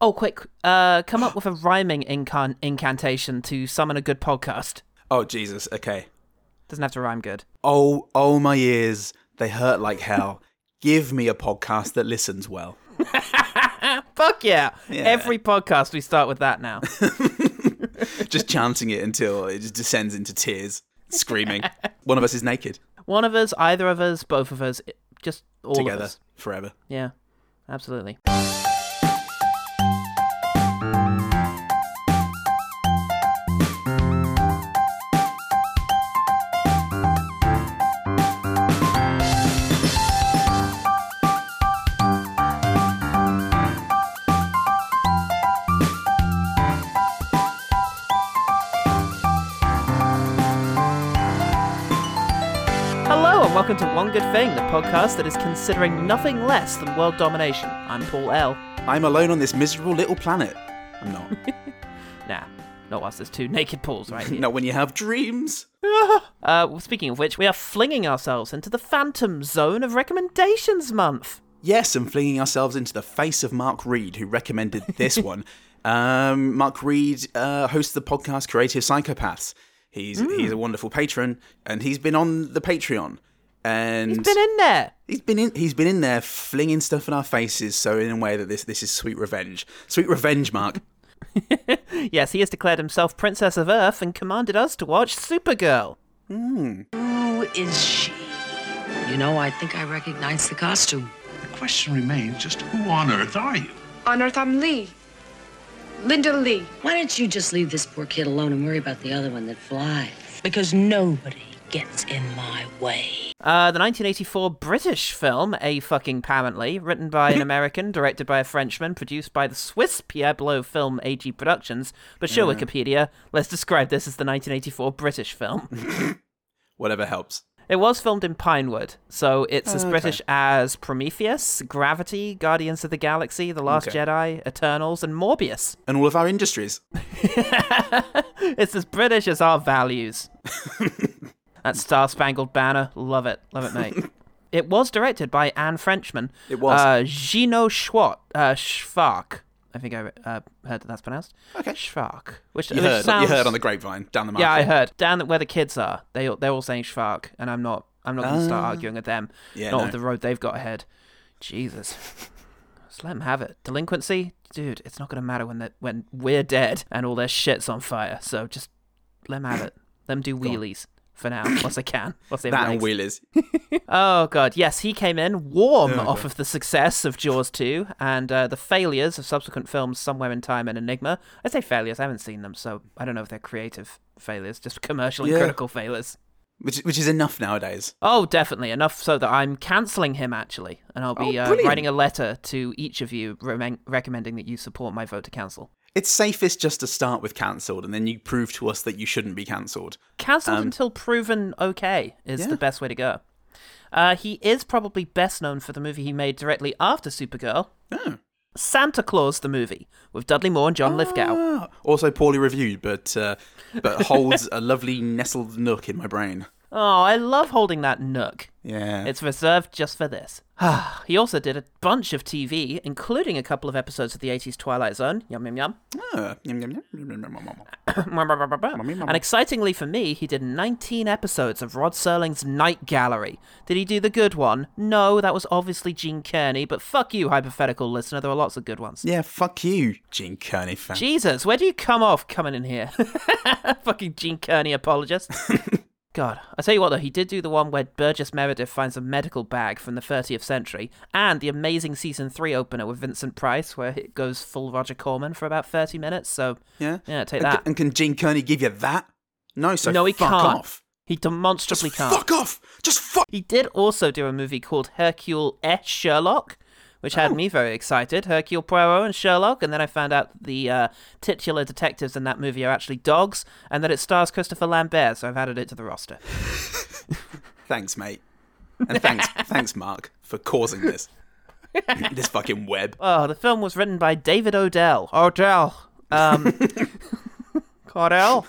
Oh, quick! Uh, come up with a rhyming incan- incantation to summon a good podcast. Oh Jesus. Okay. Doesn't have to rhyme good. Oh, oh my ears, they hurt like hell. Give me a podcast that listens well. Fuck yeah! Yeah. Every podcast we start with that now. Just chanting it until it just descends into tears, screaming. One of us is naked One of us, either of us, both of us, it- just all of together us. forever. Yeah, absolutely. Hello and welcome to One Good Thing, the podcast that is considering nothing less than world domination. I'm Paul L. I'm alone on this miserable little planet. I'm not. Nah, not us. There's two naked Pauls right here. not when you have dreams. Uh, well, speaking of which, we are flinging ourselves into the phantom zone of recommendations month. Yes, and flinging ourselves into the face of Mark Reed, who recommended this one. Um, Mark Reed uh, hosts the podcast Creative Psychopaths. He's Hmm. he's a wonderful patron, and he's been on the Patreon. And He's been in there. He's been in. He's been in there flinging stuff in our faces. So in a way that this this is sweet revenge. Sweet revenge, Mark. Yes, he has declared himself Princess of Earth and commanded us to watch Supergirl. Who is she? You know, I think I recognize the costume. The question remains just who on earth are you? On Earth, I'm Lee. Linda Lee. Why don't you just leave this poor kid alone and worry about the other one that flies? Because nobody gets in my way. Uh, the 1984 British film, A Fucking Apparently, written by an American, directed by a Frenchman, produced by the Swiss Pueblo Film AG Productions. But sure, Wikipedia, let's describe this as the 1984 British film. Whatever helps. it was filmed in Pinewood, so it's as British as Prometheus, Gravity, Guardians of the Galaxy, The Last Okay. Jedi, Eternals, and Morbius. And all of our industries. It's as British as our values. that Star Spangled Banner, love it, love it, mate. it was directed by Anne Frenchman. It was. Uh, Gino Schwart, uh, Schwark. I think I uh, heard that that's pronounced. Okay. Schwark. Which, You which heard. sounds... You heard on the grapevine down the market. Yeah, I heard. Down where the kids are, they all- they're all saying Schwark, and I'm not. I'm not going to start arguing with them. Ah. Yeah, not no. with the road they've got ahead. Jesus, just let them have it. Delinquency, dude. It's not going to matter when they when we're dead and all their shit's on fire. So just let them have it. Let them do wheelies for now, once they can. Once they have That and legs. wheelers. Oh god, yes, he came in warm Oh, off of the success of Jaws 2 and uh, the failures of subsequent films Somewhere in Time and Enigma. I say failures, I haven't seen them, so I don't know if they're creative failures, just commercial and Yeah. critical failures. Which, which is enough nowadays. Oh, definitely enough so that I'm cancelling him actually, and I'll be Oh, uh, brilliant. writing a letter to each of you remen- recommending that you support my vote to cancel. It's safest just to start with cancelled, and then you prove to us that you shouldn't be cancelled. Cancelled until proven okay is Um, yeah. the best way to go. Uh, he is probably best known for the movie he made directly after Supergirl. Santa Claus the movie with Dudley Moore and John Lithgow. Oh. Ah, also poorly reviewed, but uh, but holds a lovely nestled nook in my brain. Oh, I love holding that nook. Yeah. It's reserved just for this. he also did a bunch of TV, including a couple of episodes of the 80s Twilight Zone. Yum, yum, yum. Ah, yum, yum, yum, yum, yum, yum, yum, yum. and excitingly for me, he did 19 episodes of Rod Serling's Night Gallery. Did he do the good one? No, that was obviously Gene Kearney, but fuck you, hypothetical listener. There were lots of good ones. Yeah, fuck you, Gene Kearney fan. Jesus, where do you come off coming in here? Fucking Gene Kearney apologist. God, I tell you what though, he did do the one where Burgess Meredith finds a medical bag from the 30th century, and the amazing season three opener with Vincent Price, where it goes full Roger Corman for about 30 minutes. So Yeah, yeah, take And, that. c- and can Gene Kearney give you that? No, so no, he fuck can't. off. He Just demonstrably can't. fuck off. Just fuck. He did also do a movie called Hercule et Sherlock, which had me very excited. Hercule Poirot and Sherlock, and then I found out that the uh, titular detectives in that movie are actually dogs, and that it stars Christopher Lambert, so I've added it to the roster. Thanks, mate. And thanks, thanks, Mark, for causing this. this fucking web. Oh, the film was written by David Odell. Odell. Um, Cordell.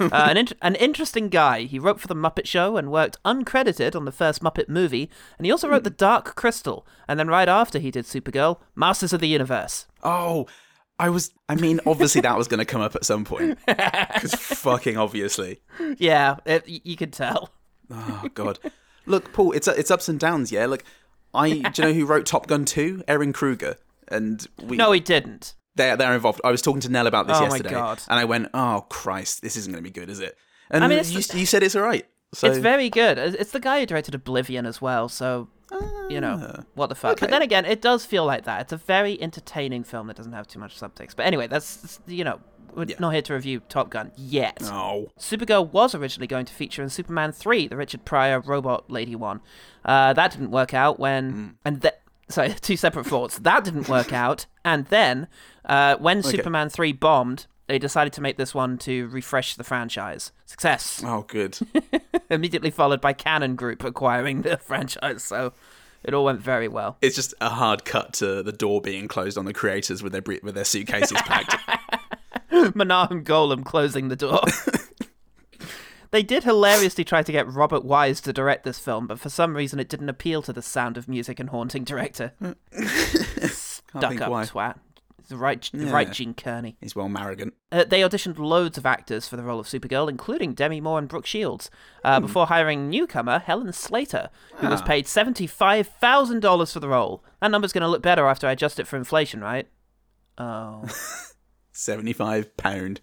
Uh, an, int- an interesting guy. He wrote for The Muppet Show and worked uncredited on the first Muppet movie, and he also wrote The Dark Crystal, and then right after he did Supergirl, Masters of the Universe. Oh, I was. I mean, obviously that was going to come up at some point. Because fucking obviously. Yeah, it, y- you can tell. Oh god. Look, Paul. It's it's ups and downs. Yeah. Look, I. Do you know who wrote Top Gun 2? Erin Kruger. And we. No, he didn't. they're they're involved. I was talking to Nell about this Oh my yesterday, God. and I went, "Oh Christ, this isn't going to be good, is it?" And I mean, it's- you, you said it's all right. So It's very good. It's it's the guy who directed Oblivion as well, so you know what the fuck. But Ah, okay. then again, it does feel like that. It's a very entertaining film that doesn't have too much subtext. But anyway, that's you know we're Yeah. not here to review Top Gun yet. oh, Supergirl was originally going to feature in Superman 3, the Richard Pryor robot lady one. Uh, that didn't work out when. And th- Sorry, two separate thoughts. That didn't work out. And then, uh, when Superman 3 bombed, they decided to make this one to refresh the franchise. Success. oh, good. Immediately followed by Canon Group acquiring the franchise, so it all went very well. it's just a hard cut to the door being closed on the creators with their bre- with their suitcases packed. Menahem Golem closing the door. they did hilariously try to get Robert Wise to direct this film, but for some reason it didn't appeal to the sound of music and haunting director. Duck Hmm. think up, why. twat. The right, the right Yeah. Gene Kearney. He's well arrogant. Uh, they auditioned loads of actors for the role of Supergirl, including Demi Moore and Brooke Shields, uh, Hmm. before hiring newcomer Helen Slater, who Ah. was paid $75,000 for the role. That number's going to look better after I adjust it for inflation, right? Oh. Seventy five pound.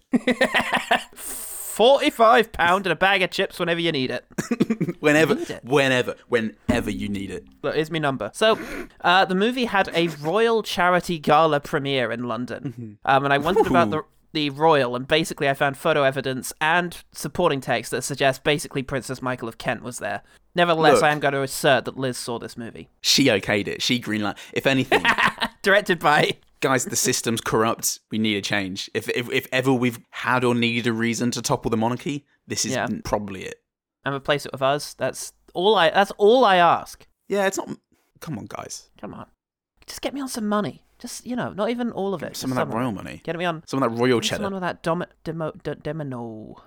45 pound and a bag of chips whenever you need it. Whenever, Need it. whenever, whenever you need it. Look, here's my number. So, uh, the movie had a royal charity gala premiere in Mm-hmm. London, um, and I wondered about the the royal. And basically, I found photo evidence and supporting text that suggests basically Princess Michael of Kent was there. Nevertheless, Look. I am going to assert that Liz saw this movie, She okayed it. She greenlight. If anything, directed by. guys, the system's corrupt. We need a change. If, if if ever we've had or needed a reason to topple the monarchy, this is Yeah. probably it. And replace it with us. That's all I. That's all I ask. Yeah, it's not. Come on, guys. Come on, just get me on some money. Just you know, not even all of it. Some of just that royal money. Get me on Some of that royal What's the one cheddar. with that dom- demo- d- domino?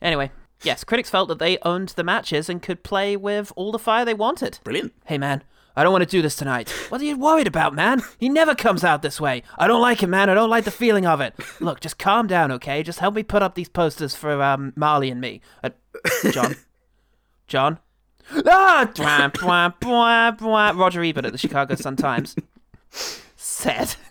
Anyway, yes, critics felt that they owned the matches and could play with all the fire they wanted. Brilliant. Hey man, I don't want to do this tonight. What are you worried about, man? He never comes out this way. I don't like him, man. I don't like the feeling of it. Look, just calm down, okay? Just help me put up these posters for um, Marley and me. Uh, John. John. Ah! Bwah, bwah, bwah, bwah. Roger Ebert at the Chicago Sun Times said.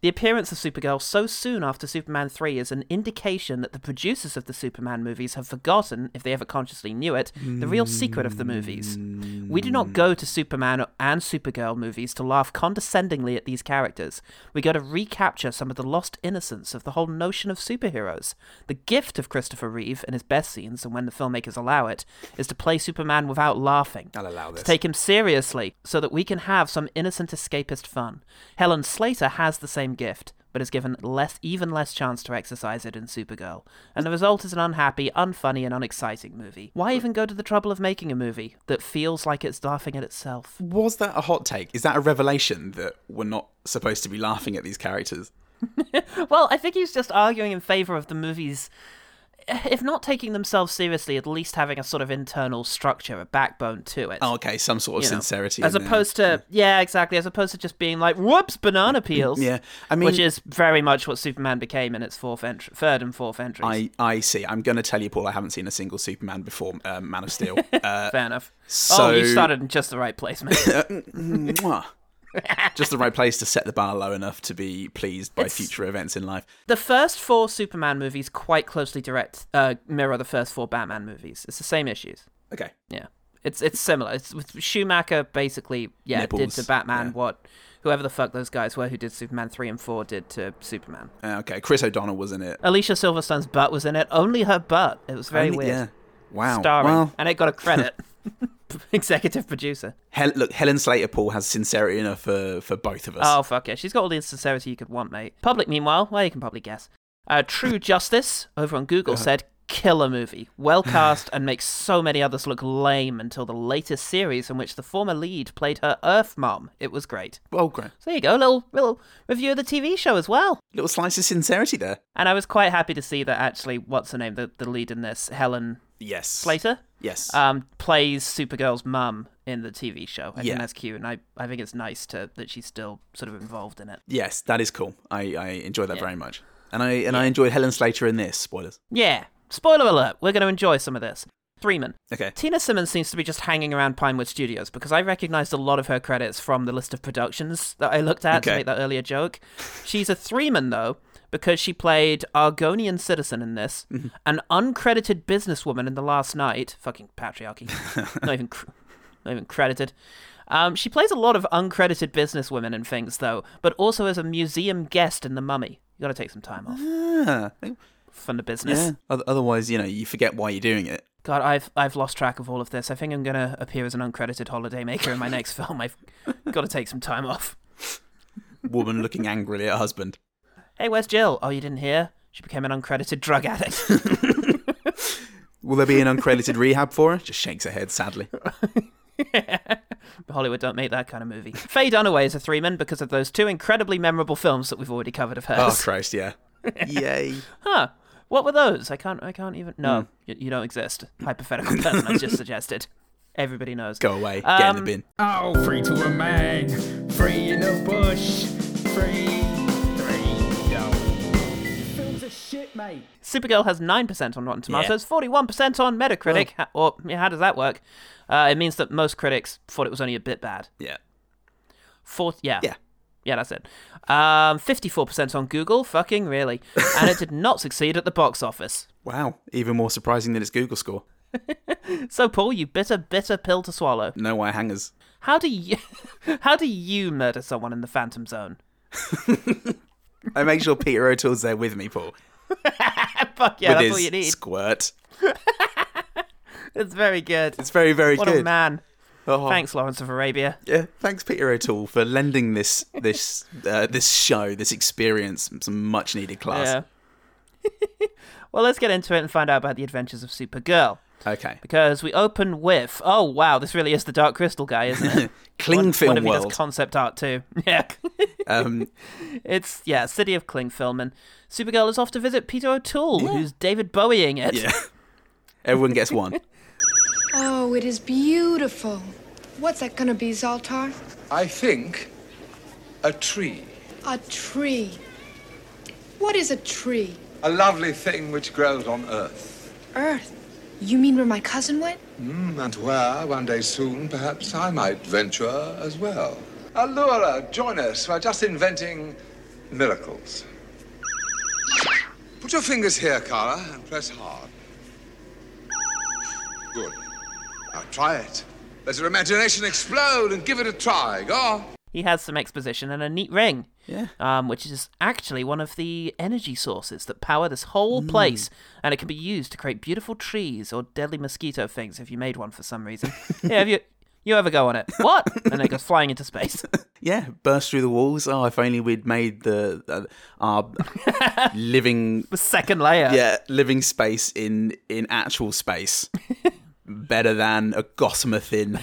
The appearance of Supergirl so soon after Superman 3 is an indication that the producers of the Superman movies have forgotten, if they ever consciously knew it, the real secret of the movies. We do not go to Superman and Supergirl movies to laugh condescendingly at these characters. We go to recapture some of the lost innocence of the whole notion of superheroes. The gift of Christopher Reeve in his best scenes, and when the filmmakers allow it, is to play Superman without laughing. I'll allow this. To take him seriously so that we can have some innocent escapist fun. Helen Slater has the same gift, but is given less, even less chance to exercise it in Supergirl. And the result is an unhappy, unfunny, and unexciting movie. Why even go to the trouble of making a movie that feels like it's laughing at itself? Was that a hot take? Is that a revelation that we're not supposed to be laughing at these characters? Well, I think he's just arguing in favor of the movies. If not taking themselves seriously, at least having a sort of internal structure, a backbone to it. Oh, okay, some sort of you know, sincerity. as in there. opposed to yeah. exactly as opposed to just being like whoops banana peels Yeah, I mean- which is very much what superman became in its fourth entry third and fourth entries I, I see. I'm going to tell you, Paul. I haven't seen a single Superman before um, Man of Steel. Uh, fair enough oh so- you started in just the right place mate. mwah. Just the right place to set the bar low enough to be pleased by future events in life. the first four superman movies quite closely direct uh, mirror the first four batman movies it's the same issues Okay, yeah it's it's similar it's with schumacher basically yeah did Nipples, to batman yeah. what whoever the fuck those guys were who did superman 3 and 4 did to superman Uh, okay. Chris O'Donnell was in it. alicia silverstone's butt was in it only her butt it was very Only- weird Yeah. Wow. starring, Well, and it got a credit. Executive producer. Hel- look, Helen Slater, Paul has sincerity enough for for both of us. Oh fuck yeah, she's got all the insincerity you could want, mate. Public, meanwhile, well, you can probably guess. Uh, True Justice over on Google said killer movie, well cast, and makes so many others look lame until the latest series in which the former lead played her Earth mom. It was great. well, great. So there you go, little little review of the TV show as well. Little slice of sincerity there. And I was quite happy to see that actually, what's her name, the, the lead in this, Helen Yes. Slater Yes. um, plays Supergirl's mum in the TV show. I Yeah. think that's cute, and I, I think it's nice to that she's still sort of involved in it. yes, that is cool. I, I enjoy that very much. And I and I enjoyed Helen Slater in this. Spoilers. Yeah. Spoiler alert, we're going to enjoy some of this. Threeman. Okay. Tina Simmons seems to be just hanging around Pinewood Studios because I recognized a lot of her credits from the list of productions that I looked at Okay. to make that earlier joke. She's a Threeman, though, because she played Argonian citizen in this, Mm-hmm. an uncredited businesswoman in The Last Night. Fucking patriarchy. not, even cr- not even credited. Um, she plays a lot of uncredited businesswomen and things, though, but also as a museum guest in The Mummy. You gotta take some time off Ah, from the business. yeah. Oth- Otherwise, you know, you forget why you're doing it. God, I've I've lost track of all of this. I think I'm gonna appear as an uncredited holidaymaker in my next film. I've got to take some time off. Woman looking angrily at her husband. Hey, where's Jill? Oh, you didn't hear? She became an uncredited drug addict. Will there be an uncredited rehab for her? Just shakes her head sadly. Hollywood don't make that kind of movie. Faye Dunaway is a three-man because of those two incredibly memorable films that we've already covered of Oh hers. Christ, yeah. Yay. huh? What were those? I can't. I can't even. No, Hmm. you, you don't exist. Hypothetical person I just suggested. Everybody knows. Go away. Get in the Um, bin. Oh, free to a man, free in the bush, free, free, yo. Films are shit, mate. Supergirl has 9% on Rotten Tomatoes, 41% on Oh. Metacritic. Ha- Or, yeah, how does that work? Uh, it means that most critics thought it was only a bit bad. Yeah. Four- yeah. Yeah. Yeah, that's it. Um, 54% on Google. Fucking really. And it did not succeed at the box office. Wow. Even more surprising than its Google score. So, Paul, you bitter, bitter pill to swallow. No wire hangers. How do you, how do you murder someone in the Phantom Zone? I make sure Peter O'Toole's there with me, Paul. Fuck yeah, with that's his all you need. squirt. It's very good. It's very, very What good. a man. Oh, Thanks, Lawrence of Arabia. Yeah, thanks, Peter O'Toole, for lending this this uh, this show, this experience, some much needed class. Yeah. well, let's get into it and find out about the adventures of Supergirl. Okay, Because we open with, oh wow, this really is the Dark Crystal guy, isn't it? Kling What- Film what if he World. does concept art too? Yeah, um, it's yeah, City of Kling Film, and Supergirl is off to visit Peter O'Toole, who's David Bowieing it. yeah, everyone gets one. Oh, it is beautiful. What's that gonna be, Zoltar? I think a tree. A tree. What is a tree? A lovely thing which grows on earth. Earth. You mean where my cousin went? Mm, and where, one day soon, perhaps I might venture as well. Allura, join us. We're just inventing miracles. Put your fingers here, Kara, and press hard. Good. Now try it. Let your imagination explode and give it a try. Go on. He has some exposition and a neat ring. Yeah. Um, which is actually one of the energy sources that power this whole Mm. place, and it can be used to create beautiful trees or deadly mosquito things if you made one for some reason. yeah, have you you ever go on it? What? And it goes flying into space. Yeah, burst through the walls. Oh, if only we'd made the uh, our living The second layer. yeah living space in in actual space better than a gossamer thin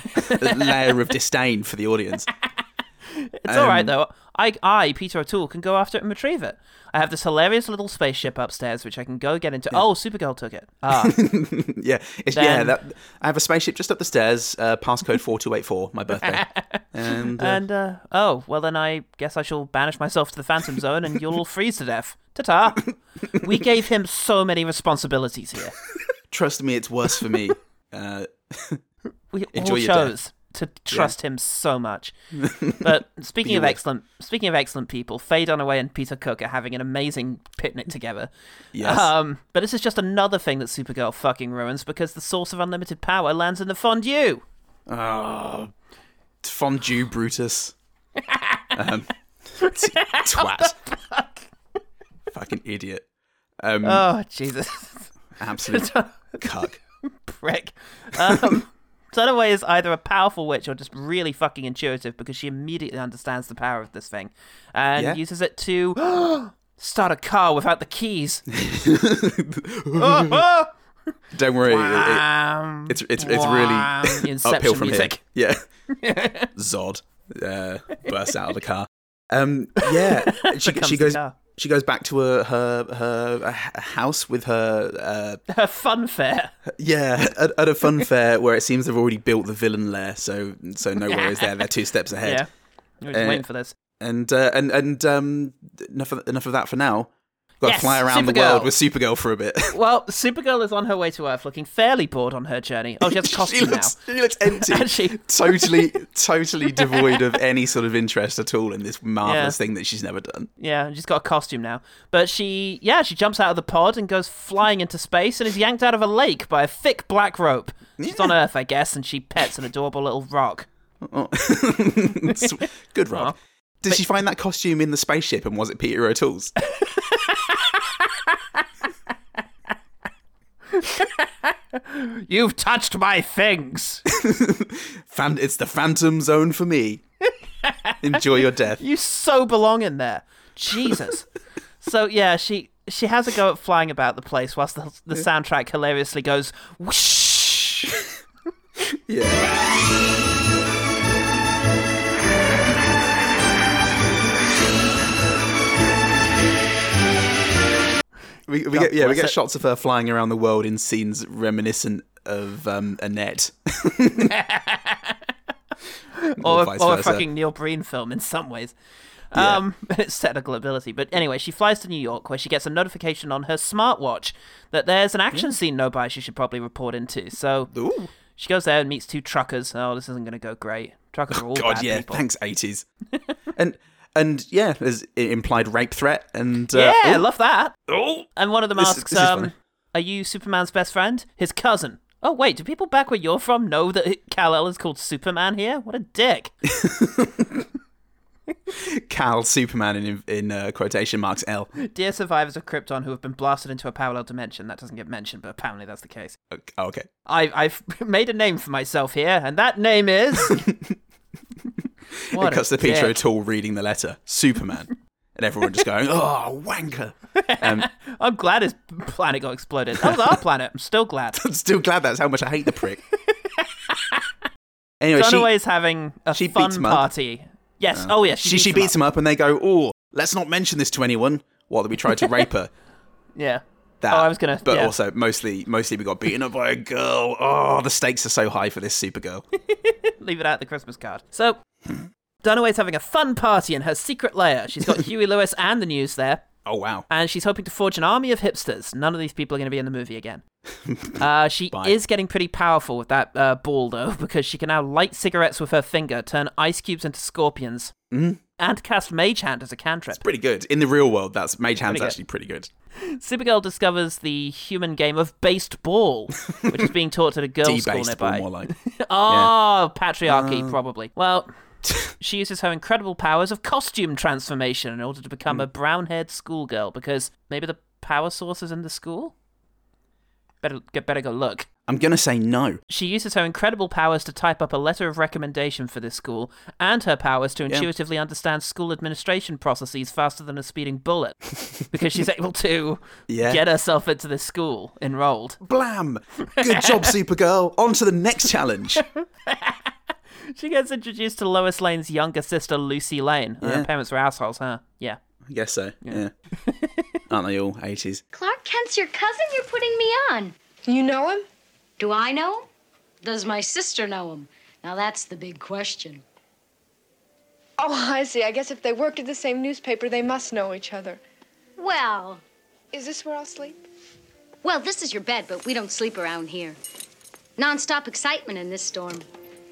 layer of disdain for the audience. It's all right though. I, I, Peter O'Toole, can go after it and retrieve it. I have this hilarious little spaceship upstairs, which I can go get into. Oh, Supergirl took it. Ah, Yeah, it's, yeah. Then- That, I have a spaceship just up the stairs. Uh, passcode four two eight four. My birthday. And, uh, and uh, oh, well then I guess I shall banish myself to the Phantom Zone, and you'll all freeze to death. Ta ta. We gave him so many responsibilities here. trust me, it's worse for me. uh, We Enjoy all your death. chose to trust him so much. But speaking of would. excellent, speaking of excellent people, Faye Dunaway and Peter Cook are having an amazing picnic together. yes. Um, but this is just another thing that Supergirl fucking ruins because the source of unlimited power lands in the fondue. oh, fondue Brutus. um, t- twat. Fucking idiot. Um, Oh Jesus, absolute cuck. prick! Um, Dunaway is either a powerful witch or just really fucking intuitive because she immediately understands the power of this thing and Yeah. uses it to start a car without the keys. Oh, oh! Don't worry. it- it- Um, it's it's it's really Inception uphill from music. here. Yeah. Zod uh, bursts out of the car. Um, yeah, she, Becomes she the goes. car. She goes back to her her, her, uh, h- house with her uh, Her fun fair. yeah at, at a fun fair where it seems they've already built the villain lair so so no worries there they're two steps ahead Yeah. We're just Uh, waiting for this. and uh, and and um, enough of, enough of that for now. Got to Yes, fly around the Supergirl. world with Supergirl for a bit. Well, Supergirl is on her way to Earth looking fairly bored on her journey. Oh, she has a she costume looks now. she looks empty, And she- totally totally devoid of any sort of interest at all in this marvelous Yeah. thing that she's never done. Yeah, she's got a costume now. But she, yeah, she jumps out of the pod and goes flying into space and is yanked out of a lake by a thick black rope. She's on Earth, I guess, and she pets an adorable little rock. Oh. It's- Good rock. Did she find that costume in the spaceship, and was it Peter O'Toole's? You've touched my things. Fan- it's the Phantom Zone for me. Enjoy your death. You so belong in there. Jesus. so yeah, she she has a go at flying about the place whilst the, the soundtrack hilariously goes whoosh. Yeah. We, we get yeah we bless get it. shots of her flying around the world in scenes reminiscent of um, Annette, or, vice or a versa. fucking Neil Breen film in some ways. Um, it's technical ability, but anyway, she flies to New York where she gets a notification on her smartwatch that there's an action Hmm. scene nearby she should probably report into. So Ooh. she goes there and meets two truckers. Oh, this isn't going to go great. Truckers are all God bad yeah people. thanks eighties, and and yeah there's i- implied rape threat and uh, Yeah, I ooh, love that. Oh, and one of them This is- asks, this is um, funny. "Are you Superman's best friend? His cousin?" Oh wait, do people back where you're from know that Kal El is called Superman here? What a dick! Cal Superman in in uh, quotation marks L Dear survivors of Krypton who have been blasted into a parallel dimension. That doesn't get mentioned, but apparently that's the case. okay, oh, okay. I, I've made a name for myself here, and that name is. what a cuts the picture dick. at all reading the letter Superman and everyone just going oh wanker Um, I'm glad his planet got exploded. That was our planet. I'm still glad. I'm still glad that's how much I hate the prick. anyway, Dunaway's having a she fun beats him up. party. Yes. oh yeah. she, she, she him beats him up and they go, oh, let's not mention this to anyone while we tried to rape her. Yeah. That, oh, I was gonna. But yeah. also, mostly, mostly we got beaten up by a girl. Oh, the stakes are so high for this Supergirl. leave it out the Christmas card. So Dunaway's having a fun party in her secret lair. She's got Huey Lewis and the news there, Oh wow. and she's hoping to forge an army of hipsters. None of these people are going to be in the movie again. Uh, she Bye. is getting pretty powerful with that uh, ball though, because she can now light cigarettes with her finger, turn ice cubes into scorpions, Mm-hmm. and cast Mage Hand as a cantrip. Pretty good in the real world. That's Mage Hand's Pretty good. actually pretty good. Supergirl discovers the human game of based ball, which is being taught at a girls' school Debased, nearby. more like. Oh, patriarchy, probably. Well, she uses her incredible powers of costume transformation in order to become a brown haired schoolgirl because maybe the power source is in the school? Better, get, better go look. I'm gonna say no. She uses her incredible powers to type up a letter of recommendation for this school and her powers to intuitively understand school administration processes faster than a speeding bullet because she's able to Yeah. get herself into this school enrolled. Blam! Good job, Supergirl. On to the next challenge. She gets introduced to Lois Lane's younger sister, Lucy Lane. Her Yeah. parents were assholes, huh? Yeah. I guess so. Yeah. Aren't they all 80s? Clark Kent's your cousin? You're putting me on. You know him? Do I know him? Does my sister know him? Now that's the big question. Oh, I see. I guess if they worked at the same newspaper, they must know each other. Well, Is this where I'll sleep? well, this is your bed, but we don't sleep around here. Nonstop excitement in this storm.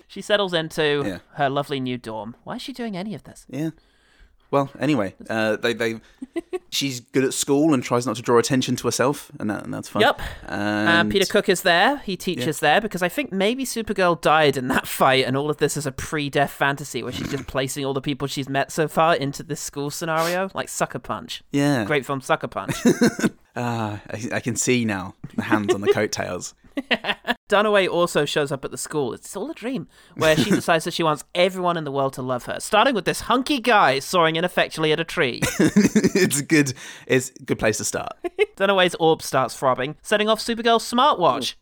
She settles into Yeah. her lovely new dorm. Why is she doing any of this? Yeah. Well, anyway, uh, they they she's good at school and tries not to draw attention to herself, and, that, and that's fun. Yep. uh, And Peter Cook is there. He teaches there because I think maybe Supergirl died in that fight, and all of this is a pre-death fantasy where she's just placing all the people she's met so far into this school scenario, like Sucker Punch. Yeah. Great film, Sucker Punch. Ah, I, I can see now the hands on the coattails. Dunaway also shows up at the school. It's all a dream, where she decides that she wants everyone in the world to love her, starting with this hunky guy soaring ineffectually at a tree. it's a good it's a good place to start. Dunaway's orb starts throbbing, setting off Supergirl's smartwatch.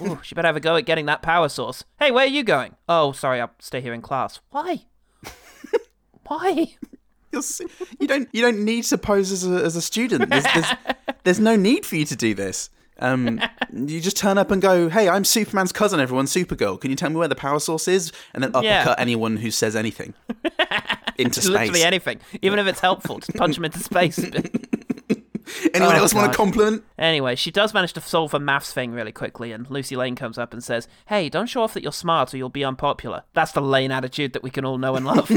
Ooh, she better have a go at getting that power source. Hey, where are you going? Oh, sorry, I'll stay here in class. Why? Why? You're s- you don't you don't need to pose as a, as a student. There's, there's, there's no need for you to do this. Um, you just turn up and go, "Hey, I'm Superman's cousin. Everyone, Supergirl. Can you tell me where the power source is?" And then Yeah. uppercut anyone who says anything into space. Literally anything, even if it's helpful, just punch him into space. anyone Oh, else want God. a compliment? Anyway, she does manage to solve a maths thing really quickly, and Lucy Lane comes up and says, Hey, don't show off that you're smart or you'll be unpopular. That's the Lane attitude that we can all know and love.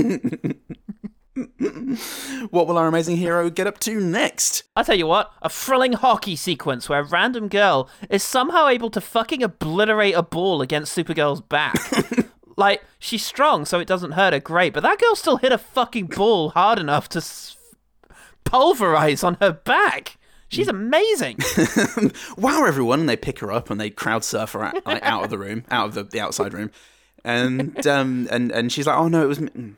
What will our amazing hero get up to next? I'll tell you what, a thrilling hockey sequence where a random girl is somehow able to fucking obliterate a ball against Supergirl's back. like, she's strong, so it doesn't hurt her great, but that girl still hit a fucking ball hard enough to s- pulverize on her back. She's Mm. amazing. wow everyone and they pick her up and they crowd surf her out, like, out of the room out of the, the outside room and um and and she's like oh no it was me." Mm.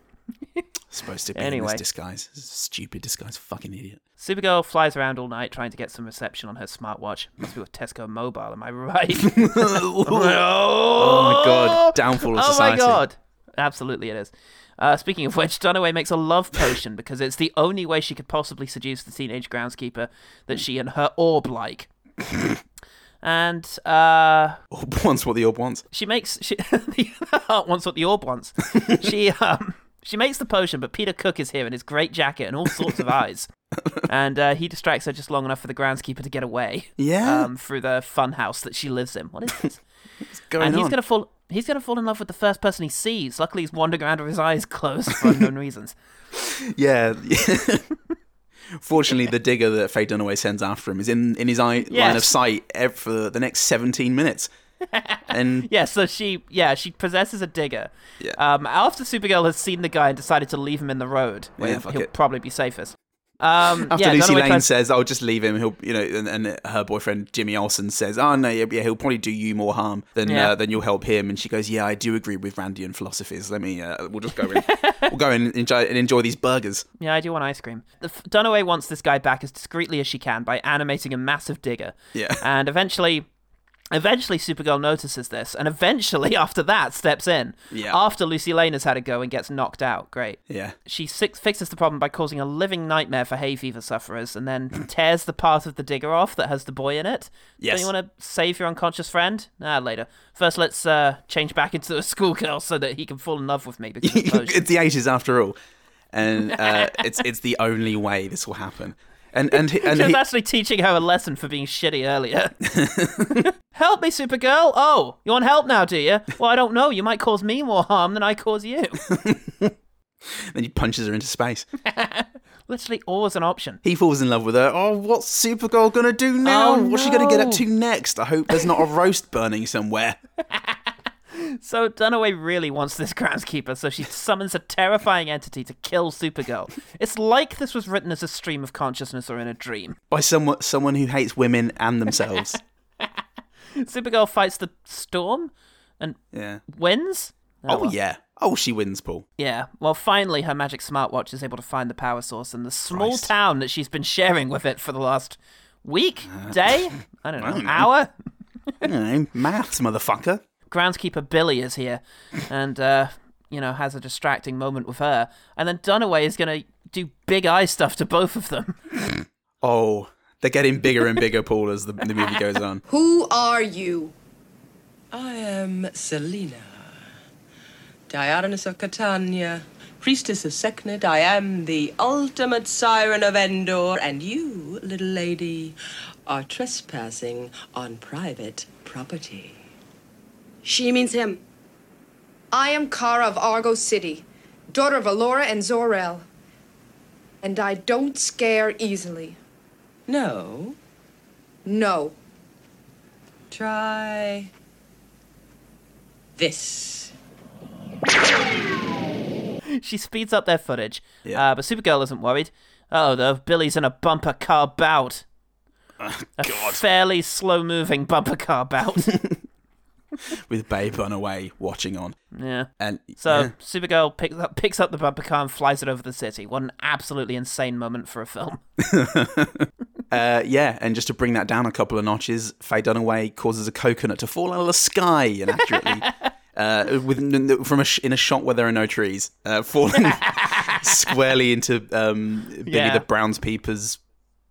supposed to be in Anyway. this disguise This is a stupid disguise fucking idiot Supergirl flies around all night trying to get some reception on her smartwatch. Must be with Tesco Mobile, am I right? oh my god downfall of oh society my god. Absolutely, it is. Uh, speaking of which, Dunaway makes a love potion because it's the only way she could possibly seduce the teenage groundskeeper that she and her orb like. and uh, orb wants what the orb wants she makes she the heart wants what the orb wants. she um she makes the potion, but Peter Cook is here in his great jacket and all sorts of eyes, and uh, he distracts her just long enough for the groundskeeper to get away. Yeah. Um, through the fun house that she lives in. What is this? what's going and he's on gonna fall. He's gonna fall in love with the first person he sees. Luckily, he's wandering around with his eyes closed for unknown reasons. yeah Fortunately, the digger that Faye Dunaway sends after him is in, in his eye, line Yes. of sight ev- for the next 17 minutes. And Yeah, so she, yeah, she possesses a digger. Yeah. Um, after Supergirl has seen the guy and decided to leave him in the road, where Yeah, fuck he'll it. probably be safest. Um, After yeah, Lucy Dunaway Lane tries- says, "I'll just leave him," he'll, you know, and, and her boyfriend Jimmy Olsen says, "Oh no, yeah, yeah, he'll probably do you more harm than Yeah. uh, than you'll help him." And she goes, "Yeah, I do agree with Randian philosophies. Let me, uh, we'll just go in, we'll go in and enjoy, and enjoy these burgers." Yeah, I do want ice cream. The f- Dunaway wants this guy back as discreetly as she can by animating a massive digger. Yeah. And eventually, eventually, Supergirl notices this, and eventually, after that, steps in. Yeah. After Lucy Lane has had a go and gets knocked out. Great. Yeah, She six- fixes the problem by causing a living nightmare for hay fever sufferers, and then tears the part of the digger off that has the boy in it. Yes. Don't you want to save your unconscious friend? Nah, later. First, let's uh, change back into a schoolgirl so that he can fall in love with me. Because of closure. it's the ages after all, and uh, it's it's the only way this will happen. And and he- and She was he, actually teaching her a lesson for being shitty earlier. help me, Supergirl. Oh, you want help now, do you? Well, I don't know. You might cause me more harm than I cause you. then he punches her into space. Literally, always an option. He falls in love with her. Oh, what's Supergirl gonna do now? Oh, What's she gonna get up no. to next? I hope there's not a roast burning somewhere. So Dunaway really wants this groundskeeper, so she summons a terrifying entity to kill Supergirl. It's like this was written as a stream of consciousness or in a dream. by someone someone who hates women and themselves. Supergirl fights the storm and yeah. wins. Oh, well. yeah. Oh, she wins, Paul. Yeah. Well, finally, her magic smartwatch is able to find the power source in the small Christ. town that she's been sharing with it for the last week, day, I don't know, don't know. hour. I don't know, maths, motherfucker. Groundskeeper Billy is here, and uh, you know has a distracting moment with her, and then Dunaway is gonna do big eye stuff to both of them. Oh, they're getting bigger and bigger, Paul, as the, the movie goes on. Who are you? I am Selina, Diurnus of Catania, priestess of Secnet. I am the ultimate siren of Endor, and you, little lady, are trespassing on private property. She means him. I am Kara of Argo City, daughter of Alora and Zorel. And I don't scare easily. No, No. try this. she speeds up their footage, Yeah. uh, but Supergirl isn't worried. Oh, though Billy's in a bumper car bout. Oh, a fairly slow-moving bumper car bout. With Babe Runaway watching on. yeah. And So yeah. Supergirl picks up picks up the bumper car and flies it over the city. What an absolutely insane moment for a film. Uh, yeah, and just to bring that down a couple of notches, Faye Dunaway causes a coconut to fall out of the sky inaccurately. Uh, with, from a sh- in a shot where there are no trees, uh, falling squarely into um, Billy Yeah. the Brown's peeper's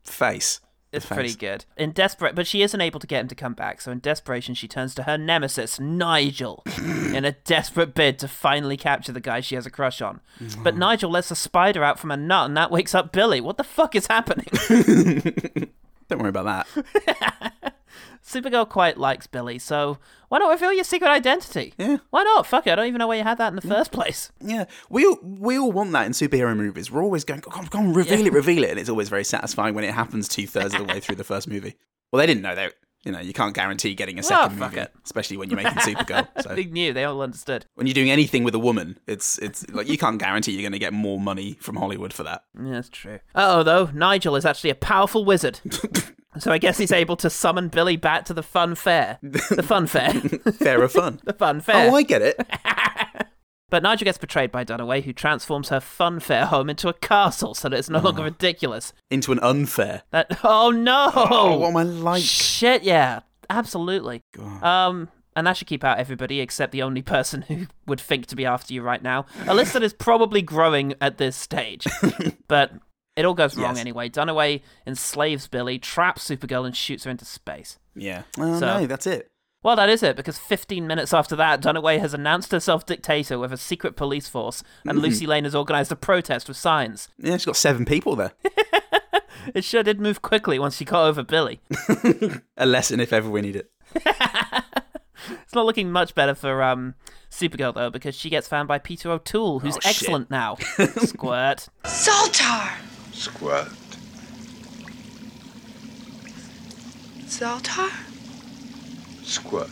face. It's Face. pretty good. In desperate, but she isn't able to get him to come back. So in desperation, she turns to her nemesis, Nigel, in a desperate bid to finally capture the guy she has a crush on. Mm-hmm. But Nigel lets a spider out from a nut, and that wakes up Billy. What the fuck is happening? Don't worry about that. Supergirl quite likes Billy, so why not reveal your secret identity? Yeah. Why not? Fuck it. I don't even know where you had that in the first place. Yeah, we all, we all want that in superhero movies. We're always going, come on, come on, reveal it, reveal it, and it's always very satisfying when it happens two thirds of the way through the first movie. Well, they didn't know that. You know, you can't guarantee getting a Well, second Oh, fuck movie, it. especially when you're making Supergirl. So They knew. They all understood. when you're doing anything with a woman, it's it's like you can't guarantee you're going to get more money from Hollywood for that. Yeah, that's true. Uh oh, though, Nigel is actually a powerful wizard. so I guess he's able to summon Billy back to the fun fair. The fun fair. Fair of fun. the fun fair. Oh, I get it. But Nigel gets betrayed by Dunaway, who transforms her fun fair home into a castle so that it's no Oh. longer ridiculous. Into an unfair. That Oh, no! Oh, what am I like? Shit, yeah. Absolutely. Um, and that should keep out everybody except the only person who would think to be after you right now. A list that is probably growing at this stage. but it all goes wrong Yes. anyway. Dunaway enslaves Billy, traps Supergirl, and shoots her into space. Yeah. Oh So- no, that's it. Well, that is it, because 15 minutes after that, Dunaway has announced herself dictator with a secret police force, and Lucy Lane has organised a protest with signs. Yeah, she's got seven people there. It sure did move quickly once she got over Billy. A lesson if ever we need it. It's not looking much better for um, Supergirl, though, because she gets found by Peter O'Toole, who's Oh, shit. excellent now. Squirt. Zoltar! Squirt. Zoltar? Squirt.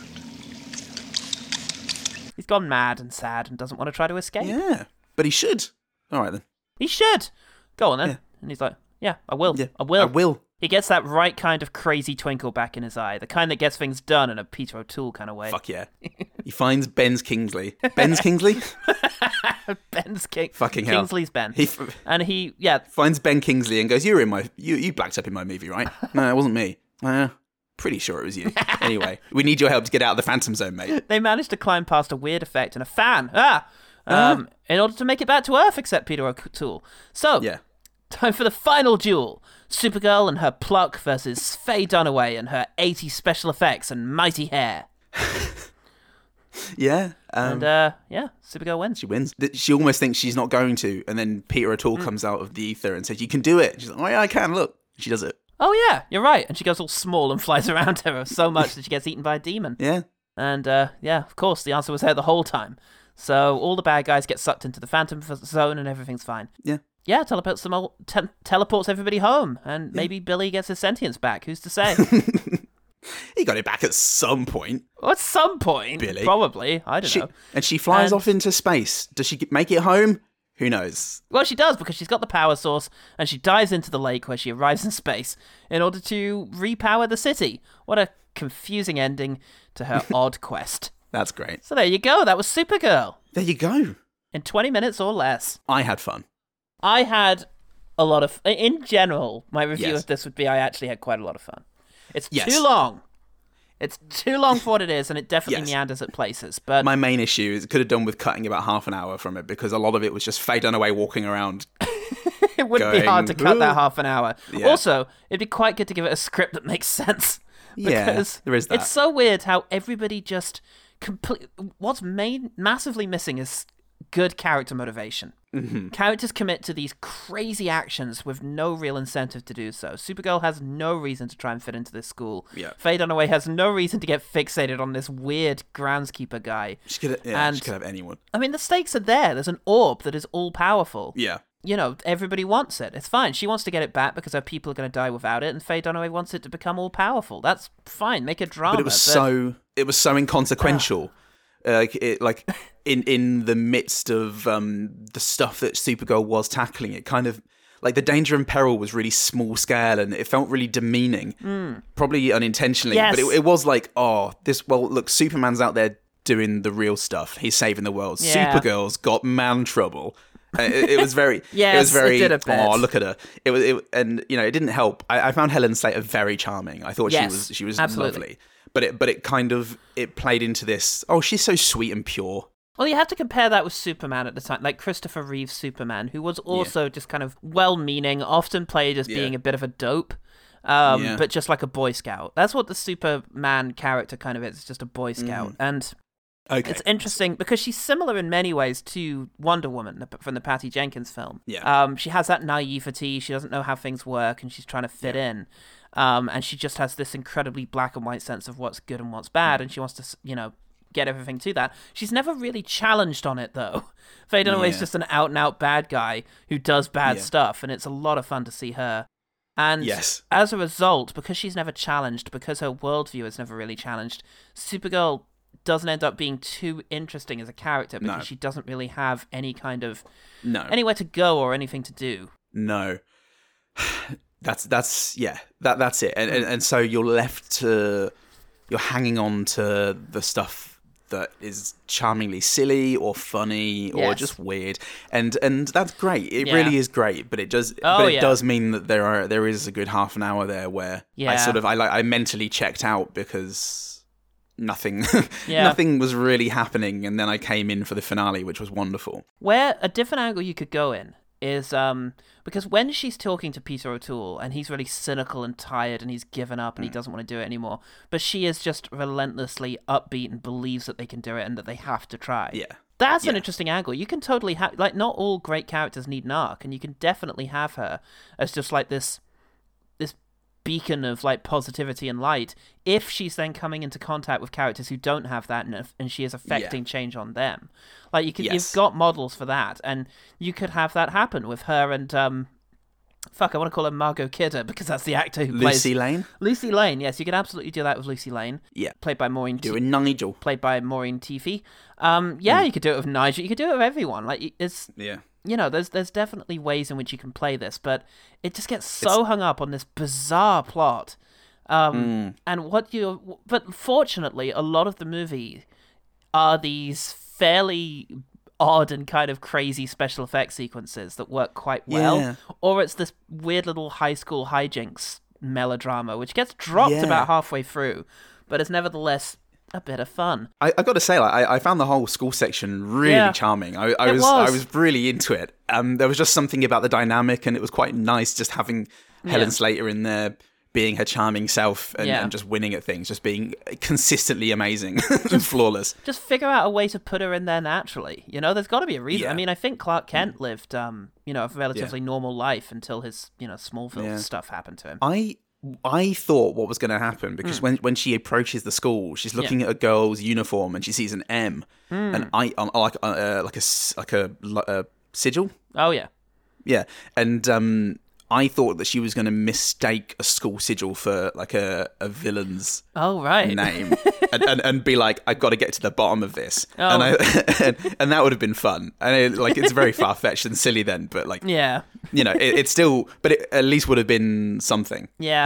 He's gone mad and sad and doesn't want to try to escape. Yeah, but he should. All right then. He should. Go on then. And he's like, yeah, I will. Yeah, I will. I will. He gets that right kind of crazy twinkle back in his eye, the kind that gets things done in a Peter O'Toole kind of way. Fuck yeah. he finds Ben's Kingsley. Ben's Kingsley. Ben's King. Fucking hell. Kingsley's Ben. He f- and he, yeah, finds Ben Kingsley and goes, "You were in my you you blacked up in my movie, right? No, it wasn't me. Uh, pretty sure it was you. anyway, we need your help to get out of the Phantom Zone, mate. they managed to climb past a weird effect and a fan. Ah! Um, In order to make it back to Earth, except Peter O'Toole. So, Yeah, time for the final duel Supergirl and her pluck versus Faye Dunaway and her 80 special effects and mighty hair. yeah. Um, And, uh, yeah, Supergirl wins. she wins. Th- She almost thinks she's not going to, and then Peter O'Toole Mm. comes out of the ether and says, "You can do it." She's like, "Oh yeah, I can." Look, she does it. Oh, yeah, you're right. And she goes all small and flies around her so much that she gets eaten by a demon. Yeah, And uh, yeah, of course, the answer was there the whole time. So all the bad guys get sucked into the Phantom f- Zone, and everything's fine. yeah. Yeah, teleports them all, te- teleports everybody home, and maybe Billy gets his sentience back. Who's to say? He got it back at some point. At some point, Billy. probably. I don't She, know. and she flies And- off into space. Does she get- make it home? Who knows? Well, she does because she's got the power source, and she dives into the lake where she arrives in space in order to repower the city. What a confusing ending to her odd quest. That's great. So there you go. That was Supergirl There you go. in 20 minutes or less. I had fun. I had a lot of. In general, my review Yes. of this would be I actually had quite a lot of fun. It's Yes. too long. It's too long for what it is, and it definitely Yes. meanders at places. But Uh, My main issue is could have done with cutting about half an hour from it because a lot of it was just Faye Dunaway walking around. it would be going, hard to cut that "Ooh." half an hour. Yeah. Also, it'd be quite good to give it a script that makes sense. Yeah, Because there is that. It's so weird how everybody just complete. What's main massively missing is good character motivation. Mm-hmm. Characters commit to these crazy actions with no real incentive to do so. Supergirl has no reason to try and fit into this school. Yeah. Faye Dunaway has no reason to get fixated on this weird groundskeeper guy. She could have, yeah, And- she could have anyone. I mean, the stakes are there. There's an orb that is all powerful Yeah. you know, everybody wants it. It's fine. She wants to get it back because her people are going to die without it, and Faye Dunaway wants it to become all powerful. That's fine. Make a drama. But it was so it was so inconsequential. Uh, Like it like in in the midst of um the stuff that Supergirl was tackling, it kind of like the danger and peril was really small scale and it felt really demeaning. Probably unintentionally. But Hmm. Yes. it, it was like, oh, this well look, Superman's out there doing the real stuff. He's saving the world. Yeah. Supergirl's got man trouble. Uh, It, it was very, it Yes, was it very. did a bit. Oh, look at her! It was, it, and you know, it didn't help. I, I found Helen Slater very charming. I thought Yes, she was, she was absolutely. lovely but it but it kind of it played into this oh she's so sweet and pure Well, you have to compare that with Superman at the time, like Christopher Reeve's Superman, who was also just kind of well-meaning, often played as Yeah. being a bit of a dope, um, Yeah. but just like a Boy Scout. That's what the Superman character kind of is, it's just a Boy Scout. Mm-hmm. And Okay. it's interesting because she's similar in many ways to Wonder Woman the- from the Patty Jenkins film. Yeah. Um, she has that naivety. She doesn't know how things work, and she's trying to fit in. Um, and she just has this incredibly black and white sense of what's good and what's Mm. bad, and she wants to, s- you know, get everything to that. She's never really challenged on it though. Faye Dunaway is Yeah. just an out and out bad guy who does bad Yeah. stuff, and it's a lot of fun to see her. And Yes. as a result, because she's never challenged, because her worldview is never really challenged, Supergirl doesn't end up being too interesting as a character because No. she doesn't really have any kind of No. anywhere to go or anything to do. No. That's that's yeah. That that's it. And, and and so you're left to you're hanging on to the stuff that is charmingly silly or funny or Yes. just weird. And and that's great. It Yeah. really is great, but it does Oh, but it yeah. does mean that there are there is a good half an hour there where I Yeah. sort of I like I mentally checked out because nothing Yeah. nothing was really happening and then I came in for the finale which was wonderful. Where a different angle you could go in is um because when she's talking to Peter O'Toole and he's really cynical and tired and he's given up and Mm. he doesn't want to do it anymore, but she is just relentlessly upbeat and believes that they can do it and that they have to try. Yeah. That's an Yeah. interesting angle. You can totally have like not all great characters need an arc, and you can definitely have her as just like this this beacon of like positivity and light if she's then coming into contact with characters who don't have that and, if- and she is affecting change on them like you could Yes. you've got models for that and you could have that happen with her and um fuck i want to call her margot kidder because that's the actor who Lucy plays Lane? lucy lane yes you could absolutely do that with lucy lane Yeah. played by maureen T- Doing Nigel. played by Maureen Tiffy. Um, Mm. yeah, you could do it with Nigel. You could do it with everyone. Like y- it's Yeah. you know, there's there's definitely ways in which you can play this, but it just gets so hung up on this bizarre plot. Mm. Um, And what you but fortunately, a lot of the movie are these fairly odd and kind of crazy special effect sequences that work quite well, Yeah. or it's this weird little high school hijinks melodrama which gets dropped Yeah. about halfway through, but is nevertheless a bit of fun. I, I got to say, like, I, I found the whole school section really Yeah. charming. I, I It was, was. I was really into it. Um, there was just something about the dynamic, and it was quite nice just having Helen Slater in there, being her charming self, and, Yeah. and just winning at things, just being consistently amazing and flawless. just figure out a way to put her in there naturally. You know, there's got to be a reason. Yeah. Mm. I mean, I think Clark Kent lived, um, you know, a relatively normal life until his, you know, Smallville Yeah. stuff happened to him. I I thought what was going to happen Hmm. because when when she approaches the school, she's looking at a girl's uniform and she sees an M, Hmm. and I um, like uh, like a s- like a, like a sigil. Oh yeah, Yeah, and um, I thought that she was going to mistake a school sigil for like a, a villain's Oh, right. name, and, and and be like, I've got to get to the bottom of this, and, Oh. I, and and that would have been fun. And it, like, it's very far fetched and silly then, but like, yeah, you know, it, it's still, but it at least would have been something. yeah.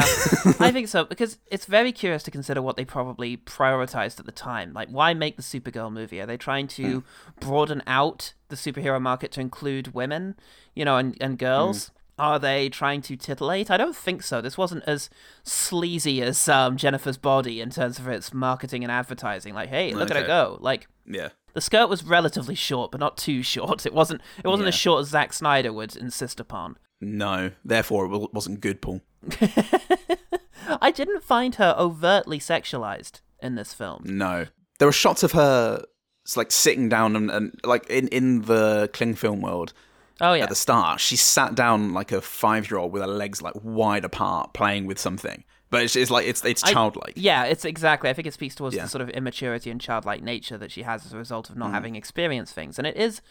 I think so because it's very curious to consider what they probably prioritized at the time. Like, why make the Supergirl movie? Are they trying Hmm. to broaden out the superhero market to include women, you know, and and Hmm. girls? Are they trying to titillate? I don't think so. This wasn't as sleazy as um, Jennifer's body in terms of its marketing and advertising. Like, hey, look at Okay. her go! Like, Yeah. The skirt was relatively short, but not too short. It wasn't. It wasn't as Yeah. short as Zack Snyder would insist upon. No, therefore it wa- wasn't good, Paul. I didn't find her overtly sexualized in this film. No, there are shots of her s- like sitting down and, and like in in the Kling film world. Oh yeah, at the start, she sat down like a five year old with her legs like wide apart, playing with something. But it's, it's like it's it's I- childlike. yeah, it's exactly. I think it speaks towards Yeah. Mm. the sort of immaturity and childlike nature that she has as a result of not having experienced things, and it is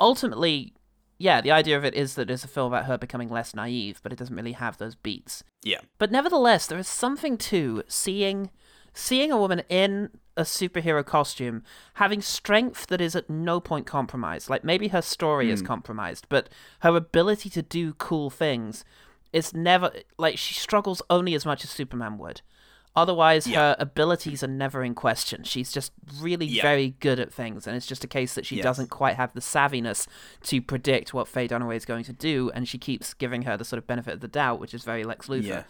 ultimately, yeah, the idea of it is that it's a film about her becoming less naive, but it doesn't really have those beats. yeah, But nevertheless, there is something to seeing seeing a woman in a superhero costume having strength that is at no point compromised. Like maybe her story is Hmm. compromised, but her ability to do cool things is never like she struggles only as much as Superman would. Otherwise, her abilities are never in question. She's just really very good at things, and it's just a case that she Yes. doesn't quite have the savviness to predict what Faye Dunaway is going to do, and she keeps giving her the sort of benefit of the doubt, which is very Lex Luthor. Yeah.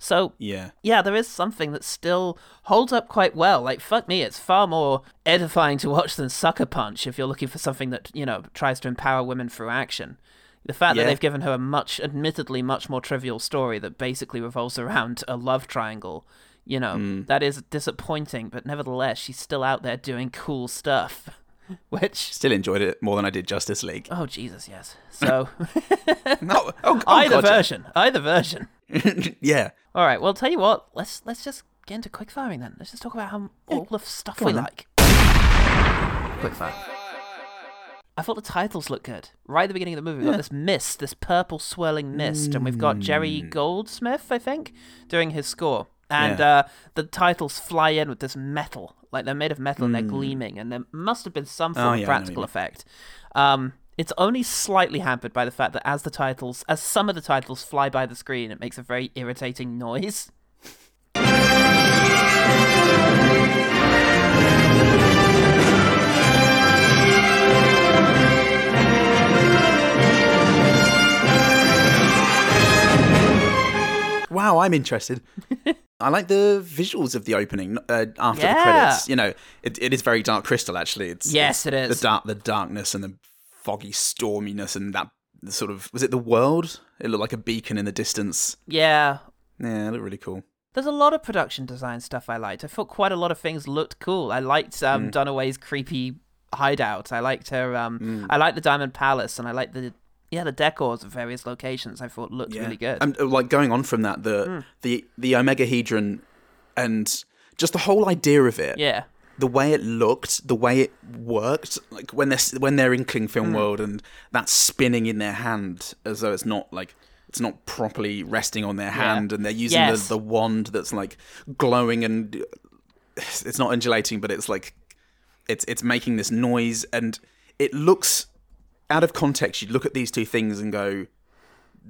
So Yeah. yeah, there is something that still holds up quite well. Like, fuck me, it's far more edifying to watch than Sucker Punch if you're looking for something that, you know, tries to empower women through action. The fact Yeah. that they've given her a much, admittedly, much more trivial story that basically revolves around a love triangle, you know, Hmm. that is disappointing, but nevertheless, she's still out there doing cool stuff. Which, Still enjoyed it more than I did Justice League. oh, Jesus, yes. So, No, oh, oh either God, yeah. version, either version. Yeah. All right. Well, tell you what. Let's let's just get into quick firing then. Let's just talk about how all the stuff we like. Quick fire. I thought the titles looked good. Right at the beginning of the movie, we've got this mist, this purple swirling mist, and we've got Jerry Goldsmith, I think, doing his score. And Yeah. uh, the titles fly in with this metal. Like they're made of metal and they're gleaming, and there must have been some form of Oh, yeah, I know what you practical mean. effect. Um, it's only slightly hampered by the fact that as the titles, as some of the titles fly by the screen, it makes a very irritating noise. Wow, I'm interested. I like the visuals of the opening uh, after the Yeah. credits. You know, it, it is very dark crystal. Actually, it's Yes, it's it is. the dark, the darkness, and the foggy storminess, and that the sort of was it the world? It looked like a beacon in the distance. Yeah. Yeah, it looked really cool. There's a lot of production design stuff I liked. I thought quite a lot of things looked cool. I liked um, Mm. Dunaway's creepy hideout. I liked her. Um, Mm. I liked the Diamond Palace, and I liked the yeah the decors of various locations. I thought looked really good. Hmm. And uh, like going on from that, the the the omegahedron, and just the whole idea of it. yeah, the way it looked, the way it worked, like when they're when they're in Kling Hmm. Film World and that's spinning in their hand as though it's not like it's not properly resting on their hand, and they're using Yes. the, the wand that's like glowing and it's not undulating, but it's like it's it's making this noise, and it looks out of context. You look at these two things and go,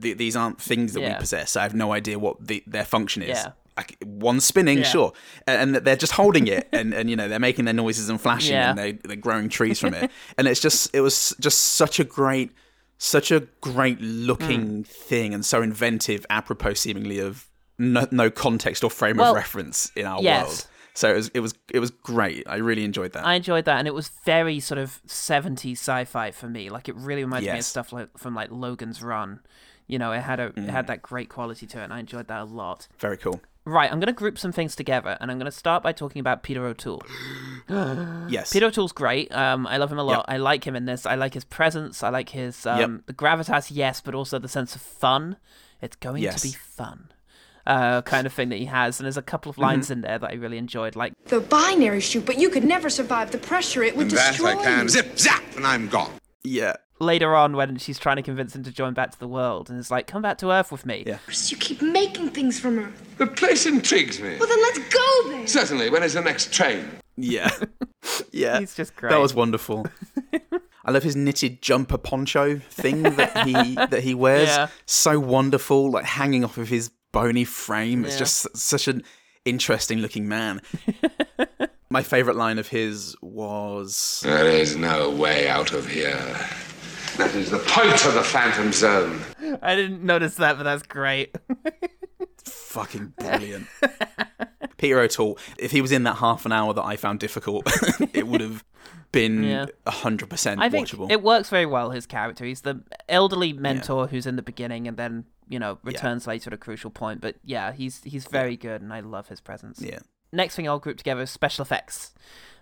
"Th- these aren't things that we Yeah. possess. I have no idea what the, their function is. Yeah. I c- one's spinning, Yeah. sure, and, and that they're just holding it, and, and you know they're making their noises and flashing, Yeah. and they, they're growing trees from it. And it's just it was just such a great, such a great Hmm. looking thing, and so inventive, apropos seemingly of no, no context or frame Well, of reference in our yes. world. So it was it was it was great. I really enjoyed that. I enjoyed that, and it was very sort of 70s sci-fi for me. Like it really reminded me of Yes. stuff like from like Logan's Run. You know, it had a it Mm. had that great quality to it. and I enjoyed that a lot. Very cool. Right, I'm going to group some things together, and I'm going to start by talking about Peter O'Toole. Yes. Uh, Peter O'Toole's great. Um, I love him a lot. I like him in this. I like his presence. I like his um, Yep. the gravitas, yes, but also the sense of fun. It's going Yes. to be fun, uh, kind of thing that he has. And there's a couple of lines Mm-hmm. in there that I really enjoyed. Like, The binary chute, but you could never survive the pressure. It would And that destroy I can you. zip zap, and I'm gone. yeah. later on when she's trying to convince him to join back to the world and is like come back to earth with me Yeah. You keep making things from Earth. The place intrigues me. Well, then let's go there. Certainly, when is the next train? Yeah. yeah. He's just That great. was wonderful. I love his knitted jumper poncho thing that he that he wears. Yeah. So wonderful, like hanging off of his bony frame. It's just s- such an interesting looking man. My favorite line of his was There is no way out of here. That is the point of the Phantom Zone. i didn't notice that but that's great fucking brilliant. Peter O'Toole, if he was in that half an hour that I found difficult, it would have been Yeah. 100% i think watchable. it works very well his character he's the elderly mentor who's in the beginning and then you know returns later at a crucial point but yeah he's he's very good and i love his presence yeah. next thing I'll group together is special effects.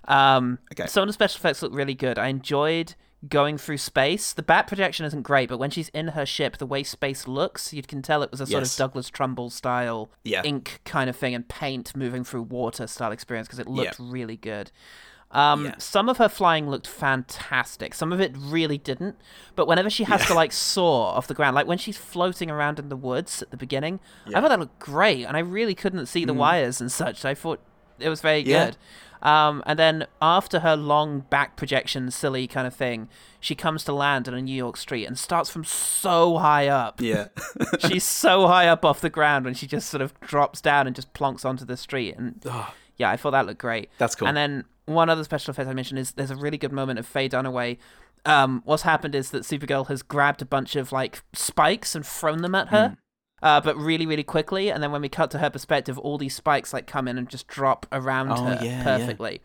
Um, Okay. Some of the special effects look really good. I enjoyed going through space. The bat projection isn't great, but when she's in her ship, the way space looks, you can tell it was a sort Yes. of Douglas Trumbull style Yeah. ink kind of thing and paint moving through water style experience because it looked Yeah. really good. Um, Yeah. Some of her flying looked fantastic. Some of it really didn't. But whenever she has to like soar off the ground, like when she's floating around in the woods at the beginning, I thought that looked great, and I really couldn't see the wires and such. I thought It was very Mm. Yeah. good. Um, and then after her long back projection, silly kind of thing, she comes to land on a New York street and starts from so high up. Yeah. She's so high up off the ground when she just sort of drops down and just plonks onto the street. And yeah, I thought that looked great. That's cool. And then one other special effect I mentioned is there's a really good moment of Faye Dunaway. Um, what's happened is that Supergirl has grabbed a bunch of like spikes and thrown them at her. Hmm. Uh, but really, really quickly, and then when we cut to her perspective, all these spikes like come in and just drop around Oh, her yeah, yeah. perfectly.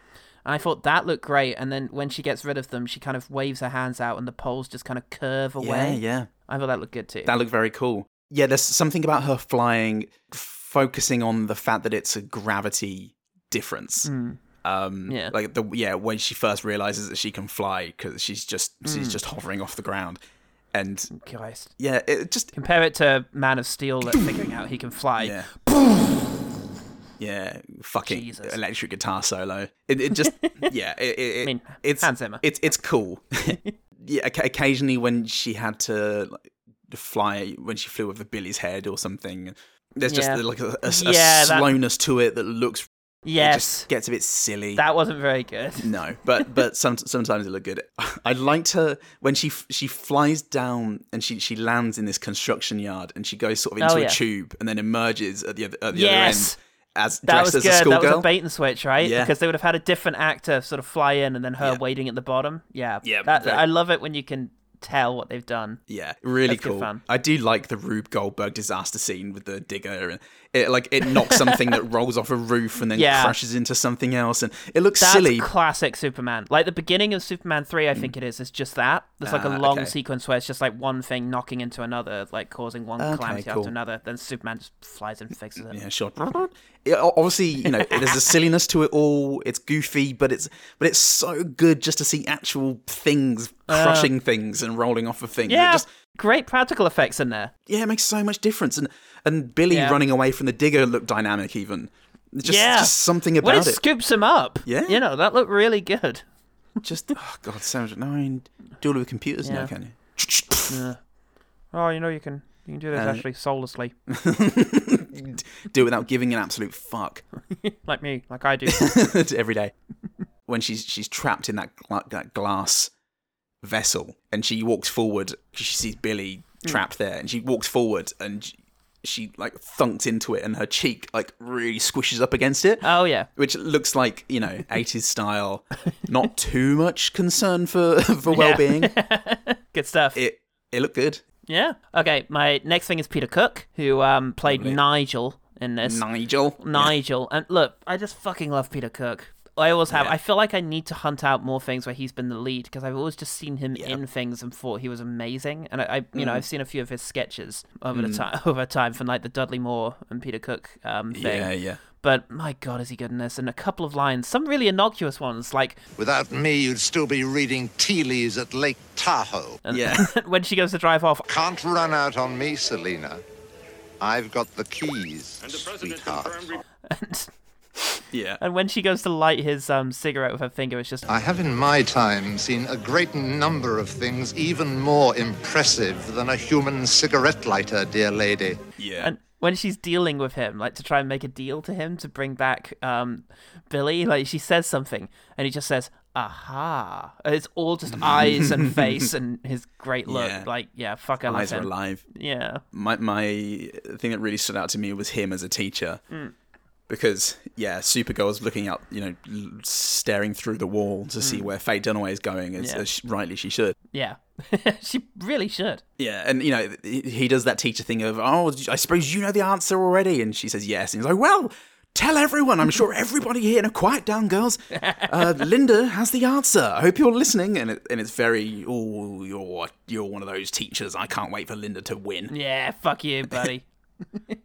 And I thought that looked great. And then when she gets rid of them, she kind of waves her hands out, and the poles just kind of curve yeah, away. yeah. I thought that looked good too. That looked very cool. Yeah, there's something about her flying, focusing on the fact that it's a gravity difference. Um, Yeah. like the yeah when she first realizes that she can fly because she's just she's just hovering off the ground, and Christ. yeah, it just Compare it to Man of Steel that figuring out he can fly. Yeah. yeah, fucking Jesus. electric guitar solo. It, it just yeah, it, it, mean, it's Hans Zimmer. It's it's cool. yeah, oc- occasionally when she had to like, fly when she flew over Billy's head or something, there's just Yeah. like a, a- a Yeah, that- slowness to it that looks it Yes. just gets a bit silly. That wasn't very good. No, but but some, sometimes it looked good. I liked her when she f- she flies down and she she lands in this construction yard and she goes sort of into Oh, a yeah. tube and then emerges at the other, at the Yes. other end as That dressed was as good. a That schoolgirl. was a bait and switch, right? Yeah. Because they would have had a different actor sort of fly in and then her Yeah. waiting at the bottom. Yeah. Yeah, That, very- I love it when you can tell what they've done. yeah, really That's good cool. fun. I do like the Rube Goldberg disaster scene with the digger and it like it knocks something that rolls off a roof and then Yeah. crashes into something else and it looks That's silly. Mm. classic Superman. Like the beginning of Superman 3, I think it is, is just that. There's like a Ah, long okay. sequence where it's just like one thing knocking into another, like causing one Okay, calamity cool. after another. Then Superman just flies and fixes it. Yeah, sure. Yeah, o- obviously, you know, there's a silliness to it all. It's goofy, but it's but it's so good just to see actual things crushing things and rolling off of things. It Uh. Yeah. just Great practical effects in there. yeah, it makes so much difference. And and Billy Yeah. running away from the digger looked dynamic even. Just, yeah. just something when about it, it. scoops him up. Yeah. You know, that looked really good. just oh god, so much. No, I mean, do all with computers now, Yeah. can you? Oh, you know you can you can do this actually soullessly. Do it without giving an absolute fuck. like me, like I do. every day. When she's she's trapped in that gla- that glass vessel, and she walks forward, she sees Billy Hmm. trapped there, and she walks forward, and she, she like thunks into it, and her cheek like really squishes up against it. oh yeah. Which looks like you know eighties style, not too much concern for for well being. Good stuff. It it looked good. yeah. Okay, my next thing is Peter Cook, who um played Nigel in this. Nigel, Nigel. And look, I just fucking love Peter Cook. I always have. Yeah. I feel like I need to hunt out more things where he's been the lead because I've always just seen him in things and thought he was amazing. And I, I you know, Mm. I've seen a few of his sketches over the time over time from like the Dudley Moore and Peter Cook um thing. yeah, yeah. But my god, is he good in this? And a couple of lines, some really innocuous ones, like Without me, you'd still be reading tea leaves at Lake Tahoe. Yeah. when she goes to drive off. Can't run out on me, Selina. I've got the keys, sweetheart. And, yeah. and when she goes to light his um cigarette with her finger, it's just I have in my time seen a great number of things even more impressive than a human cigarette lighter, dear lady. Yeah. and when she's dealing with him, like to try and make a deal to him to bring back um Billy, like she says something and he just says, Aha. And it's all just eyes and face and his great look. Yeah. Like, yeah, fuck I love Eyes are him. alive. Yeah. my my thing that really stood out to me was him as a teacher Mm. because yeah supergirl's looking out you know l- staring through the wall to see where faye dunaway is going as, Mm. Yeah. as she- rightly she should Yeah. she really should. yeah and you know he he does that teacher thing of oh i suppose you know the answer already and she says yes and he's like well tell everyone i'm sure everybody here now quiet down girls uh, linda has the answer i hope you're listening and, it, and it's very oh you're you're one of those teachers i can't wait for linda to win Yeah, fuck you, buddy.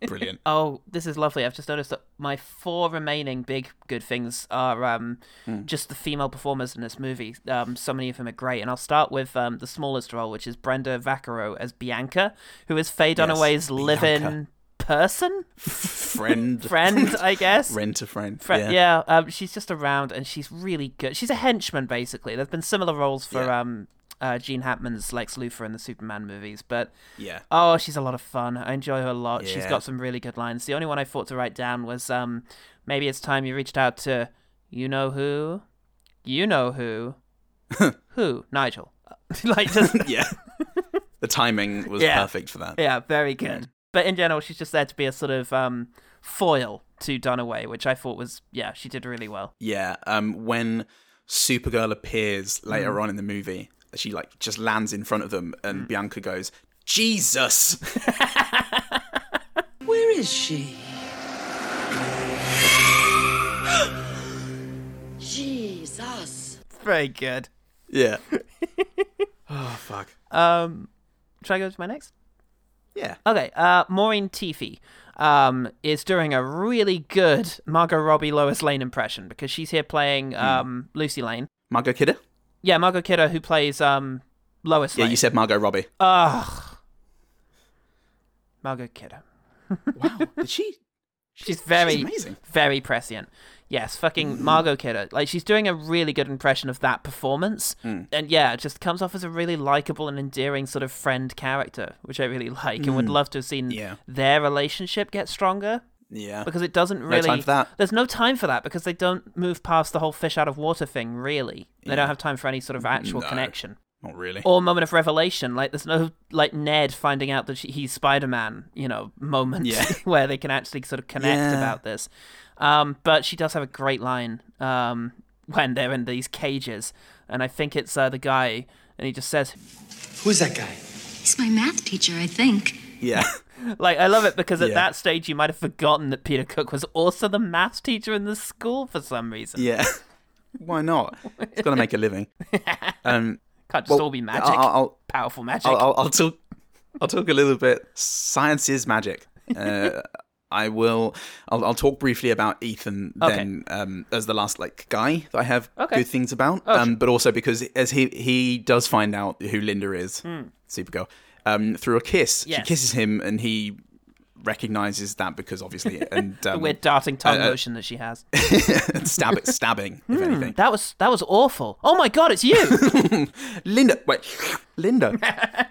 brilliant Oh, this is lovely. I've just noticed that my four remaining big good things are um, just the female performers in this movie. Um, so many of them are great, and I'll start with um, the smallest role, which is Brenda Vaccaro as Bianca, who is Faye Dunaway's live-in person friend friend, I guess. rent a friend. Fre- yeah, um, she's just around and she's really good. She's a henchman basically. There's been similar roles for Yeah. um, uh, Gene Hackman's Lex Luthor in the Superman movies, but Yeah. oh, she's a lot of fun. I enjoy her a lot. She's Yeah. got some really good lines. The only one I thought to write down was um, maybe it's time you reached out to you know who, you know who, who Nigel, like just yeah. The timing was Yeah. perfect for that. yeah, very good. But in general, she's just there to be a sort of um, foil to Dunaway, which I thought was yeah, she did really well. Yeah, um, when Supergirl appears later Mm. on in the movie, she like just lands in front of them, and Bianca goes, "Jesus!" Where is she? Jesus. Very good. Yeah. oh fuck. Um, should I go to my next? Yeah. Okay. Uh, Maureen Teefy um, is doing a really good Margot Robbie Lois Lane impression because she's here playing um, Lucy Lane. Margot Kidder. Yeah, Margot Kidder who plays um, Lois Yeah, Lane. you said Margot Robbie. Ugh. Margot Kidder. Did she? She's very, she's amazing. Mm. very prescient. Yes, fucking Margot Kidder. Like she's doing a really good impression of that performance, Mm. and yeah, it just comes off as a really likable and endearing sort of friend character, which I really like, and would love to have seen Mm. Yeah. their relationship get stronger Yeah. because it doesn't really. time for that. There's no time for that because they don't move past the whole fish out of water thing. Really, they don't have time for any sort of actual No. connection Not really. or moment of revelation. Like there's no like Ned finding out that she, he's Spider Man, you know, moment Yeah. where they can actually sort of connect Yeah. about this. Um, but she does have a great line um, when they're in these cages, and I think it's uh, the guy, and he just says, Who's that guy? He's my math teacher, I think. Yeah. like I love it because at Yeah. that stage you might have forgotten that Peter Cook was also the maths teacher in the school for some reason. yeah. Why not? It's got to make a living. Um, Can't just well, all be magic, I'll, I'll, powerful magic. I'll, I'll, I'll talk. I'll talk a little bit. Science is magic. Uh, I will. I'll, I'll talk briefly about Ethan Okay. then um, as the last like guy that I have Okay. good things about. Oh, um, but also because as he he does find out who Linda is, Supergirl, um, through a kiss. She Hmm. Yes. kisses him, and he recognizes that because obviously and the um, weird darting tongue uh, uh, motion that she has. stab stabbing Hmm. if anything. That was that was awful. Oh my god, it's you. Linda, wait, Linda.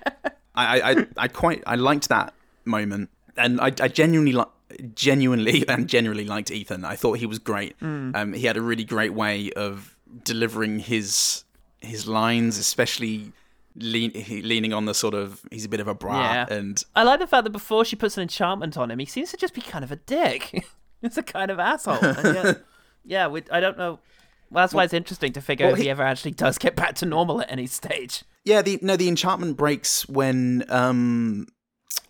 I, I, I- I quite, I liked that moment, and I, I genuinely, li- genuinely, and generally liked Ethan. I thought he was great. Um, he had a really great way of delivering his his lines, especially lean, he, leaning on the sort of he's a bit of a brat, Yeah. and I like the fact that before she puts an enchantment on him, he seems to just be kind of a dick. it's a kind of asshole. And yet, yeah, we, I don't know. Well, that's why it's interesting to figure out well, if he he- ever actually does get back to normal at any stage. Yeah, the no, the enchantment breaks when um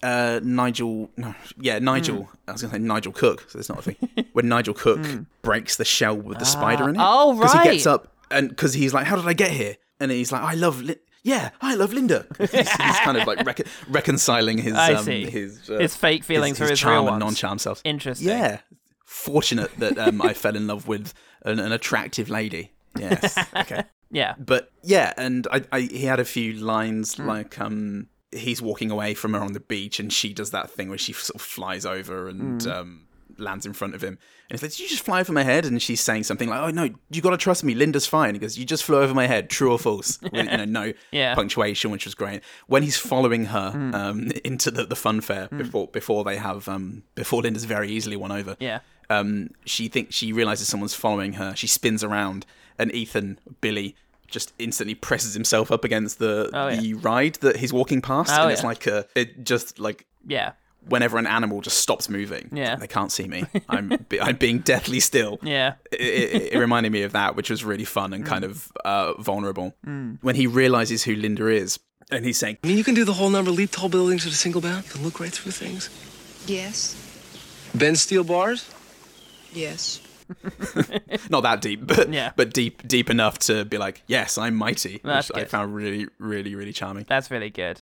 uh Nigel no yeah, Nigel Hmm. I was gonna say Nigel Cook, so that's not a thing. when Nigel Cook breaks the shell with the spider in it. oh, Because he gets right. up and because he's like, How did I get here? And he's like, I love Lin yeah, I love Linda. he's, he's kind of like recon- reconciling his I um, see. his His fake feelings for his charm real and ones. non-charm self. Interesting. Yeah, fortunate that um, I fell in love with an, an attractive lady. Yes. Okay Yeah. but yeah and I, I he had a few lines Hmm. like um he's walking away from her on the beach and she does that thing where she sort of flies over and Hmm. um lands in front of him and it's like did you just fly over my head and she's saying something like oh no you gotta trust me linda's fine he goes you just flew over my head true or false With, you know no Yeah. Hmm. punctuation which was great when he's following her um into the, the fun fair before before they have um before linda's very easily won over Yeah. um, she thinks she realizes someone's following her. She spins around, and Ethan Billy just instantly presses himself up against the Oh, yeah. the ride that he's walking past, Oh, and it's yeah. like a it just like Yeah. whenever an animal just stops moving, Yeah. they can't see me. I'm be- I'm being deathly still. Yeah. Mm. It, it, it reminded me of that, which was really fun and kind of uh, vulnerable. When he realizes who Linda is, and he's saying, I mean, you can do the whole number, leap tall buildings at a single bound. You can look right through things. Yes, Bend steel bars. yes. not that deep, but Yeah. but deep deep enough to be like, yes, I'm mighty, That's which I good. found really really really charming. That's really good.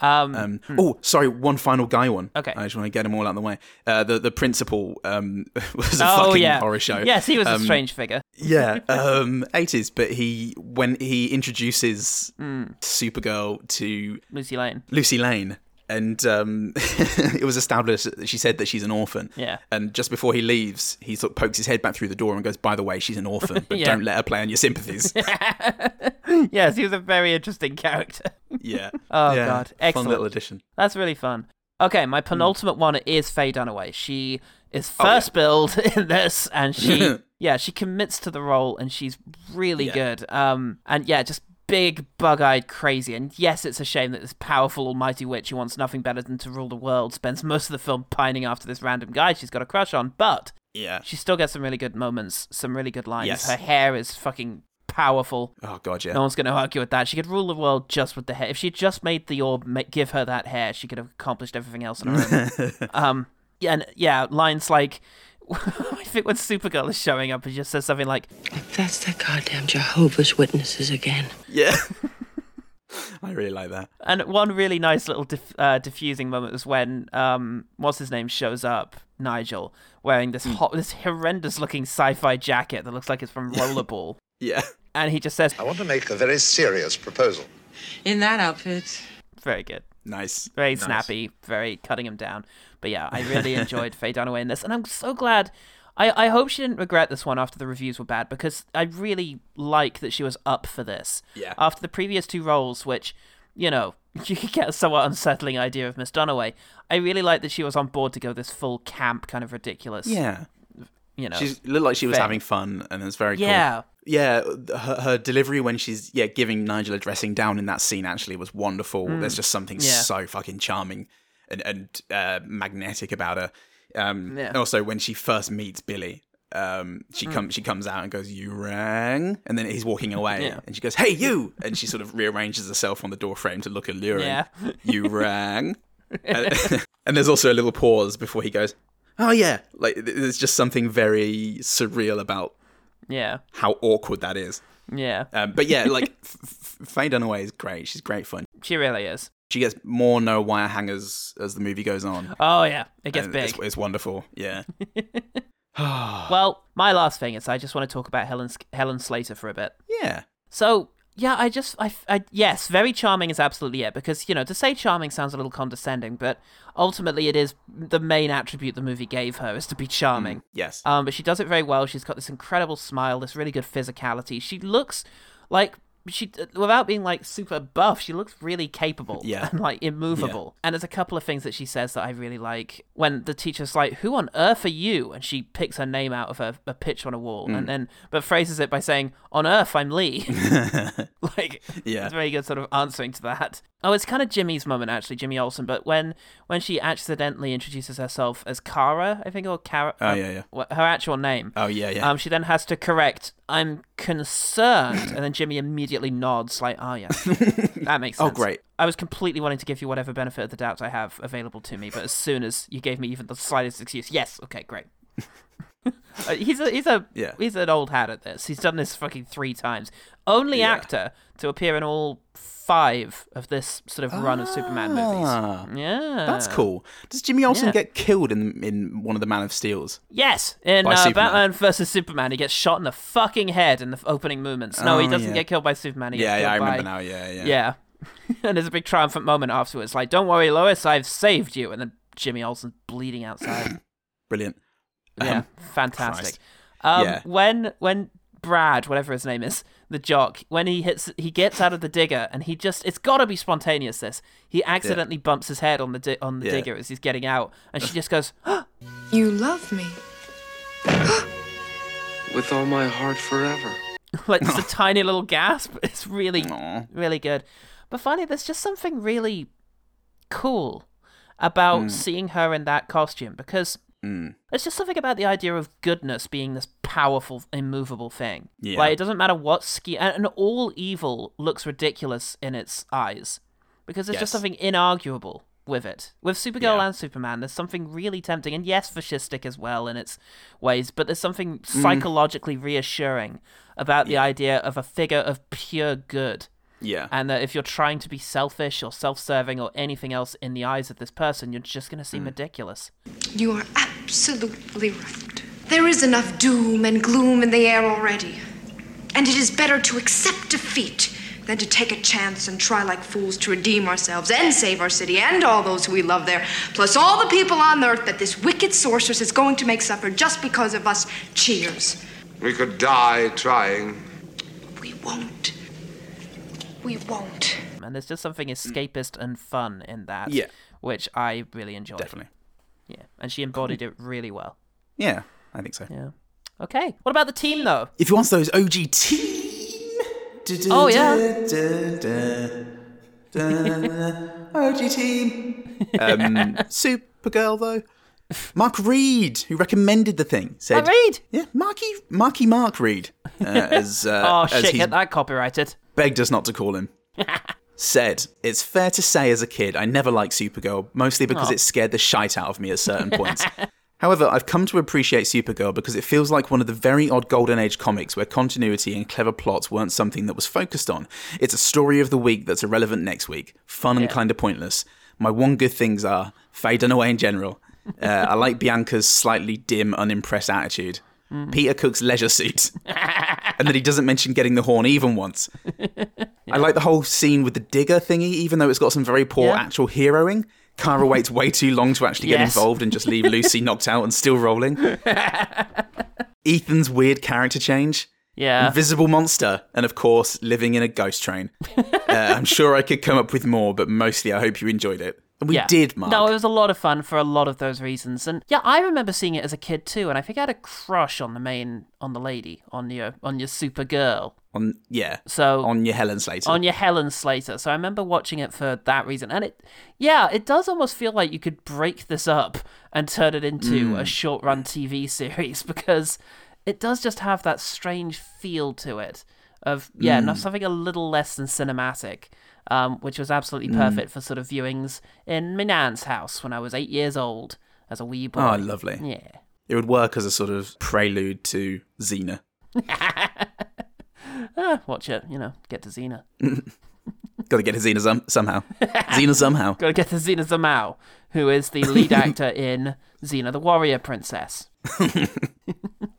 Um, Um, hmm. Oh, sorry, one final guy one. Okay. I just want to get them all out of the way. Uh, the the principal um, was a oh fucking yeah. horror show. Yes, he was a Um, strange figure. Yeah, um, 80s, but he Hmm. when he introduces Supergirl to Lucy Lane. Lucy Lane, and um, it was established that she said that she's an orphan. Yeah. And just before he leaves, he sort of pokes his head back through the door and goes, "By the way, she's an orphan, but Yeah. don't let her play on your sympathies." yes, he was a very interesting character. yeah. Oh Yeah. god, Fun excellent little addition. That's really fun. Okay, my penultimate one is Faye Dunaway. She is first billed in this, and she yeah she commits to the role, and she's really good. Um, and yeah, just big bug-eyed crazy and yes it's a shame that this powerful almighty witch who wants nothing better than to rule the world spends most of the film pining after this random guy she's got a crush on but Yeah. she still gets some really good moments some really good lines Yes. her hair is fucking powerful Oh god, yeah. no one's going to argue with that. She could rule the world just with the hair. If she just made the orb ma- give her that hair, she could have accomplished everything else on her own. um, yeah, and yeah, lines like I think when Supergirl is showing up, he just says something like, That's the goddamn Jehovah's Witnesses again. Yeah. I really like that. and one really nice little diff- uh, diffusing moment was when um, what's his name shows up, Nigel, wearing this hot, this horrendous looking sci-fi jacket that looks like it's from Rollerball, Yeah. and he just says, "Oh, I want to make a very serious proposal. In that outfit. Very good. Nice. Very Nice. snappy, very cutting him down. But yeah, I really enjoyed Faye Dunaway in this, and I'm so glad. I, I hope she didn't regret this one after the reviews were bad because I really like that she was up for this. Yeah. After the previous two roles, which, you know, you could get a somewhat unsettling idea of Miss Dunaway, I really like that she was on board to go this full camp, kind of ridiculous. Yeah. You know. she looked like she was thing. having fun, and it's very Yeah. cool. Yeah, her, her delivery when she's yeah giving Nigel a dressing down in that scene actually was wonderful. Mm. There's just something Yeah. so fucking charming and and uh, magnetic about her. Um, Yeah. and Also, when she first meets Billy, um, she Mm. comes she comes out and goes, "You rang," and then he's walking away, Yeah. and she goes, "Hey, you!" and she sort of rearranges herself on the doorframe to look alluring. Yeah. you rang. and, and there's also a little pause before he goes, Oh yeah, like th- there's just something very surreal about Yeah. how awkward that is. Yeah. Um, but yeah, like F- F- Faye Dunaway is great. She's great fun. She really is. She gets more no wire hangers as the movie goes on. Oh, yeah. It gets And it's- big. It's, wonderful. Yeah. well, my last thing is I just want to talk about Helen Helen Slater for a bit. Yeah. So yeah, I just I, I yes, very charming is absolutely it because you know to say charming sounds a little condescending, but ultimately it is the main attribute the movie gave her is to be charming. yes. Um, but she does it very well. She's got this incredible smile, this really good physicality. She looks like she uh, without being like super buff, she looks really capable. Yeah. And like immovable. And there's a couple of things that she says that I really like. When the teacher's like, "Who on earth are you?" and she picks her name out of a, a pitch on a wall, Mm. and then but phrases it by saying, "On earth, I'm Lee." like, Yeah. it's very good sort of answering to that. Oh, it's kind of Jimmy's moment actually, Jimmy Olsen. But when when she accidentally introduces herself as Kara, I think or Kara. uh, Oh, yeah, yeah. wha- Her actual name. Oh, yeah, yeah. Um, she then has to correct. I'm concerned, and then Jimmy immediately nods like, "Oh yeah, that makes Oh, sense." great. I was completely willing to give you whatever benefit of the doubt I have available to me, but as soon as you gave me even the slightest excuse, yes, okay, great. Uh, he's a he's a Yeah. he's an old hat at this. He's done this fucking three times. Only Yeah. actor to appear in all five of this sort of run of Superman Ah. movies. Yeah, That's cool. Does Jimmy Olsen Yeah. get killed in in one of the Man of Steels? Yes, in By uh, Superman. Batman versus Superman, he gets shot in the fucking head in the f- opening moments. No, he Oh, doesn't yeah. get killed by Superman. He Yeah, gets yeah, I killed remember by- now. Yeah, yeah. yeah. and there's a big triumphant moment afterwards, like, "Don't worry, Lois, I've saved you." And then Jimmy Olsen's bleeding outside. Brilliant. Yeah, Um, fantastic. Christ. Um, Yeah. When when Brad, whatever his name is, the jock, when he hits, he gets out of the digger, and he just—it's got to be spontaneous. This he accidentally bumps his head on the di- on the Yeah. digger as he's getting out, and she just goes, You love me. With all my heart forever. like just a tiny little gasp. It's really, really good. But finally, there's just something really cool about Mm. seeing her in that costume because Mm. there's just something about the idea of goodness being this powerful, immovable thing. Yeah. Like it doesn't matter what ski, and, and all evil looks ridiculous in its eyes because there's just Yes. something inarguable with it. With Supergirl and Superman, there's something really tempting, and yes, fascistic as well in its ways, but there's something Mm. psychologically reassuring about the idea of a figure of pure good. Yeah. And that if you're trying to be selfish or self serving or anything else in the eyes of this person, you're just going to Mm. seem ridiculous. You are absolutely right. There is enough doom and gloom in the air already. And it is better to accept defeat than to take a chance and try like fools to redeem ourselves and save our city and all those we love there, plus all the people on earth that this wicked sorceress is going to make suffer just because of us. Cheers. We could die trying. We won't. We won't. And there's just something escapist and fun in that. Mm. Yeah. Which I really enjoyed. Definitely. Yeah. And she embodied it really well. Yeah, I think so. Yeah. Okay. What about the team though? If you want those OG team. Oh, yeah. OG team. Um, Supergirl though. Mark Reed, who recommended the thing, said. Mark Reed? Yeah, Marky, Marky Mark Reed. Uh, as, uh, oh as shit, he's get that copyrighted. begged us not to call him. Said, it's fair to say as a kid, I never liked Supergirl, mostly because Aw. it scared the shite out of me at certain points. However, I've come to appreciate Supergirl because it feels like one of the very odd Golden Age comics where continuity and clever plots weren't something that was focused on. It's a story of the week that's irrelevant next week, fun and Yeah. kind of pointless. My one good things are fading away in general. Uh, I like Bianca's slightly dim, unimpressed attitude. Hmm. Peter Cook's leisure suit. and then he doesn't mention getting the horn even once. I like the whole scene with the digger thingy, even though it's got some very poor Yeah. actual heroing. Kara waits way too long to actually get Yes. involved and just leave Lucy knocked out and still rolling. Ethan's weird character change. Yeah. Invisible monster. And of course, living in a ghost train. uh, I'm sure I could come up with more, but mostly I hope you enjoyed it. And we Yeah. did, Mark. No, it was a lot of fun for a lot of those reasons, and yeah, I remember seeing it as a kid too, and I think I had a crush on the main, on the lady, on your, on your Supergirl, On, yeah. So- on your Helen Slater. on your Helen Slater. So I remember watching it for that reason, and it, yeah, it does almost feel like you could break this up and turn it into Mm. a short-run TV series because it does just have that strange feel to it of yeah, Mm. not something a little less than cinematic. Um, which was absolutely Mm. perfect for sort of viewings in my nan's house when I was eight years old as a wee boy. Oh, lovely. Yeah. It would work as a sort of prelude to Xena. Ah, watch it, you know, get to Xena. Got to get to Xena some- somehow. Xena somehow. Gotta get to Xena Zamao, who is the lead actor in Xena the Warrior Princess.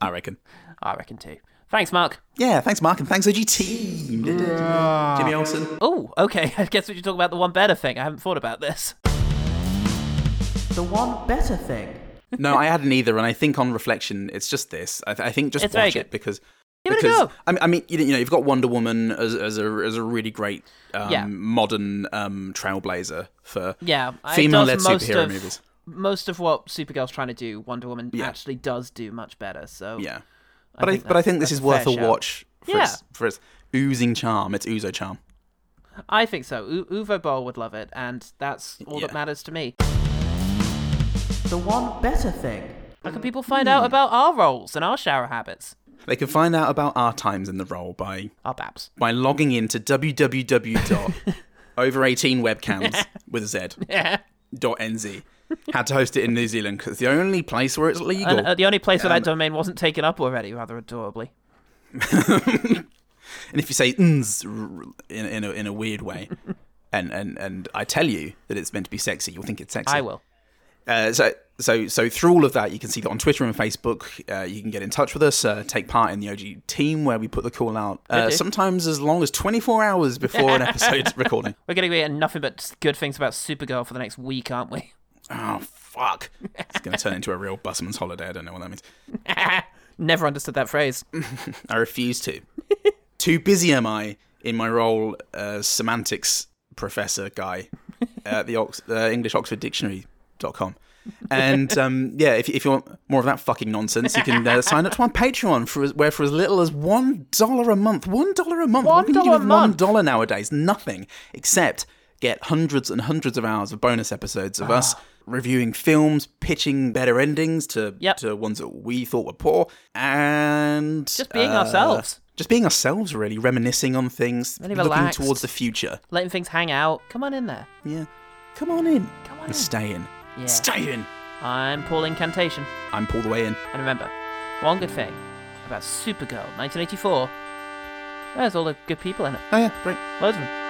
I reckon. I reckon too. Thanks, Mark. Yeah, thanks, Mark, and thanks, OG Team. Jimmy Olsen. Oh, okay. I guess we should talk about the one better thing. I haven't thought about this. The one better thing. No, I hadn't either, and I think on reflection, it's just this. I, th- I think just It's very watch good. it because. Give it a because go. I mean, I mean, you know, you know, you've got Wonder Woman as, as a as a really great um, Yeah. modern um, trailblazer for Yeah, it does female-led most superhero of- movies. Most of what Supergirl's trying to do, Wonder Woman Yeah. actually does do much better. So Yeah, but I, Oh, think but I that's- think this is that's worth fair a shout. watch for, Yeah. its, for its oozing charm. It's ouzo charm. I think so. U- Uwe Boll would love it, and that's all that Yeah. matters to me. The one better thing. How can people find Hmm. out about our roles and our shower habits? They can find out about our times in the role by Our babs. by logging into www.over18webcams with a Z Yeah. dot nz. Had to host it in New Zealand because the only place where it's legal. And, uh, the only place Um, where that domain wasn't taken up already, rather adorably. And if you say nz r- in, in, a, in a weird way, and, and, and I tell you that it's meant to be sexy, you'll think it's sexy. I will. Uh, so so so through all of that, you can see that on Twitter and Facebook. Uh, you can get in touch with us, uh, take part in the OG team where we put the call out. Uh, do. sometimes as long as twenty four hours before an episode's recording. We're going to be getting nothing but good things about Supergirl for the next week, aren't we? Oh fuck! It's going to turn into a real busman's holiday. I don't know what that means. Never understood that phrase. I refuse to. Too busy am I in my role as semantics professor guy at the Ox- uh, English Oxford Dictionary.com. And um, yeah, if, if you want more of that fucking nonsense, you can uh, sign up to our Patreon, for as, where for as little as $1 a month, $1 a month, what can you $1 do a with month? $1 nowadays? Nothing, except get hundreds and hundreds of hours of bonus episodes Ah. of us reviewing films, pitching better endings to, Yep. to ones that we thought were poor, and Just being ourselves. Uh, just being ourselves, really, reminiscing on things, Really looking relaxed. towards the future. Letting things hang out. Come on in there. Yeah, come on in, Come on and in. stay in, Yeah. stay in. I'm Paul Incantation. I'm Paul the way in. And remember, one good thing about Supergirl 1984. There's all the good people in it. Oh yeah, great. Loads of them.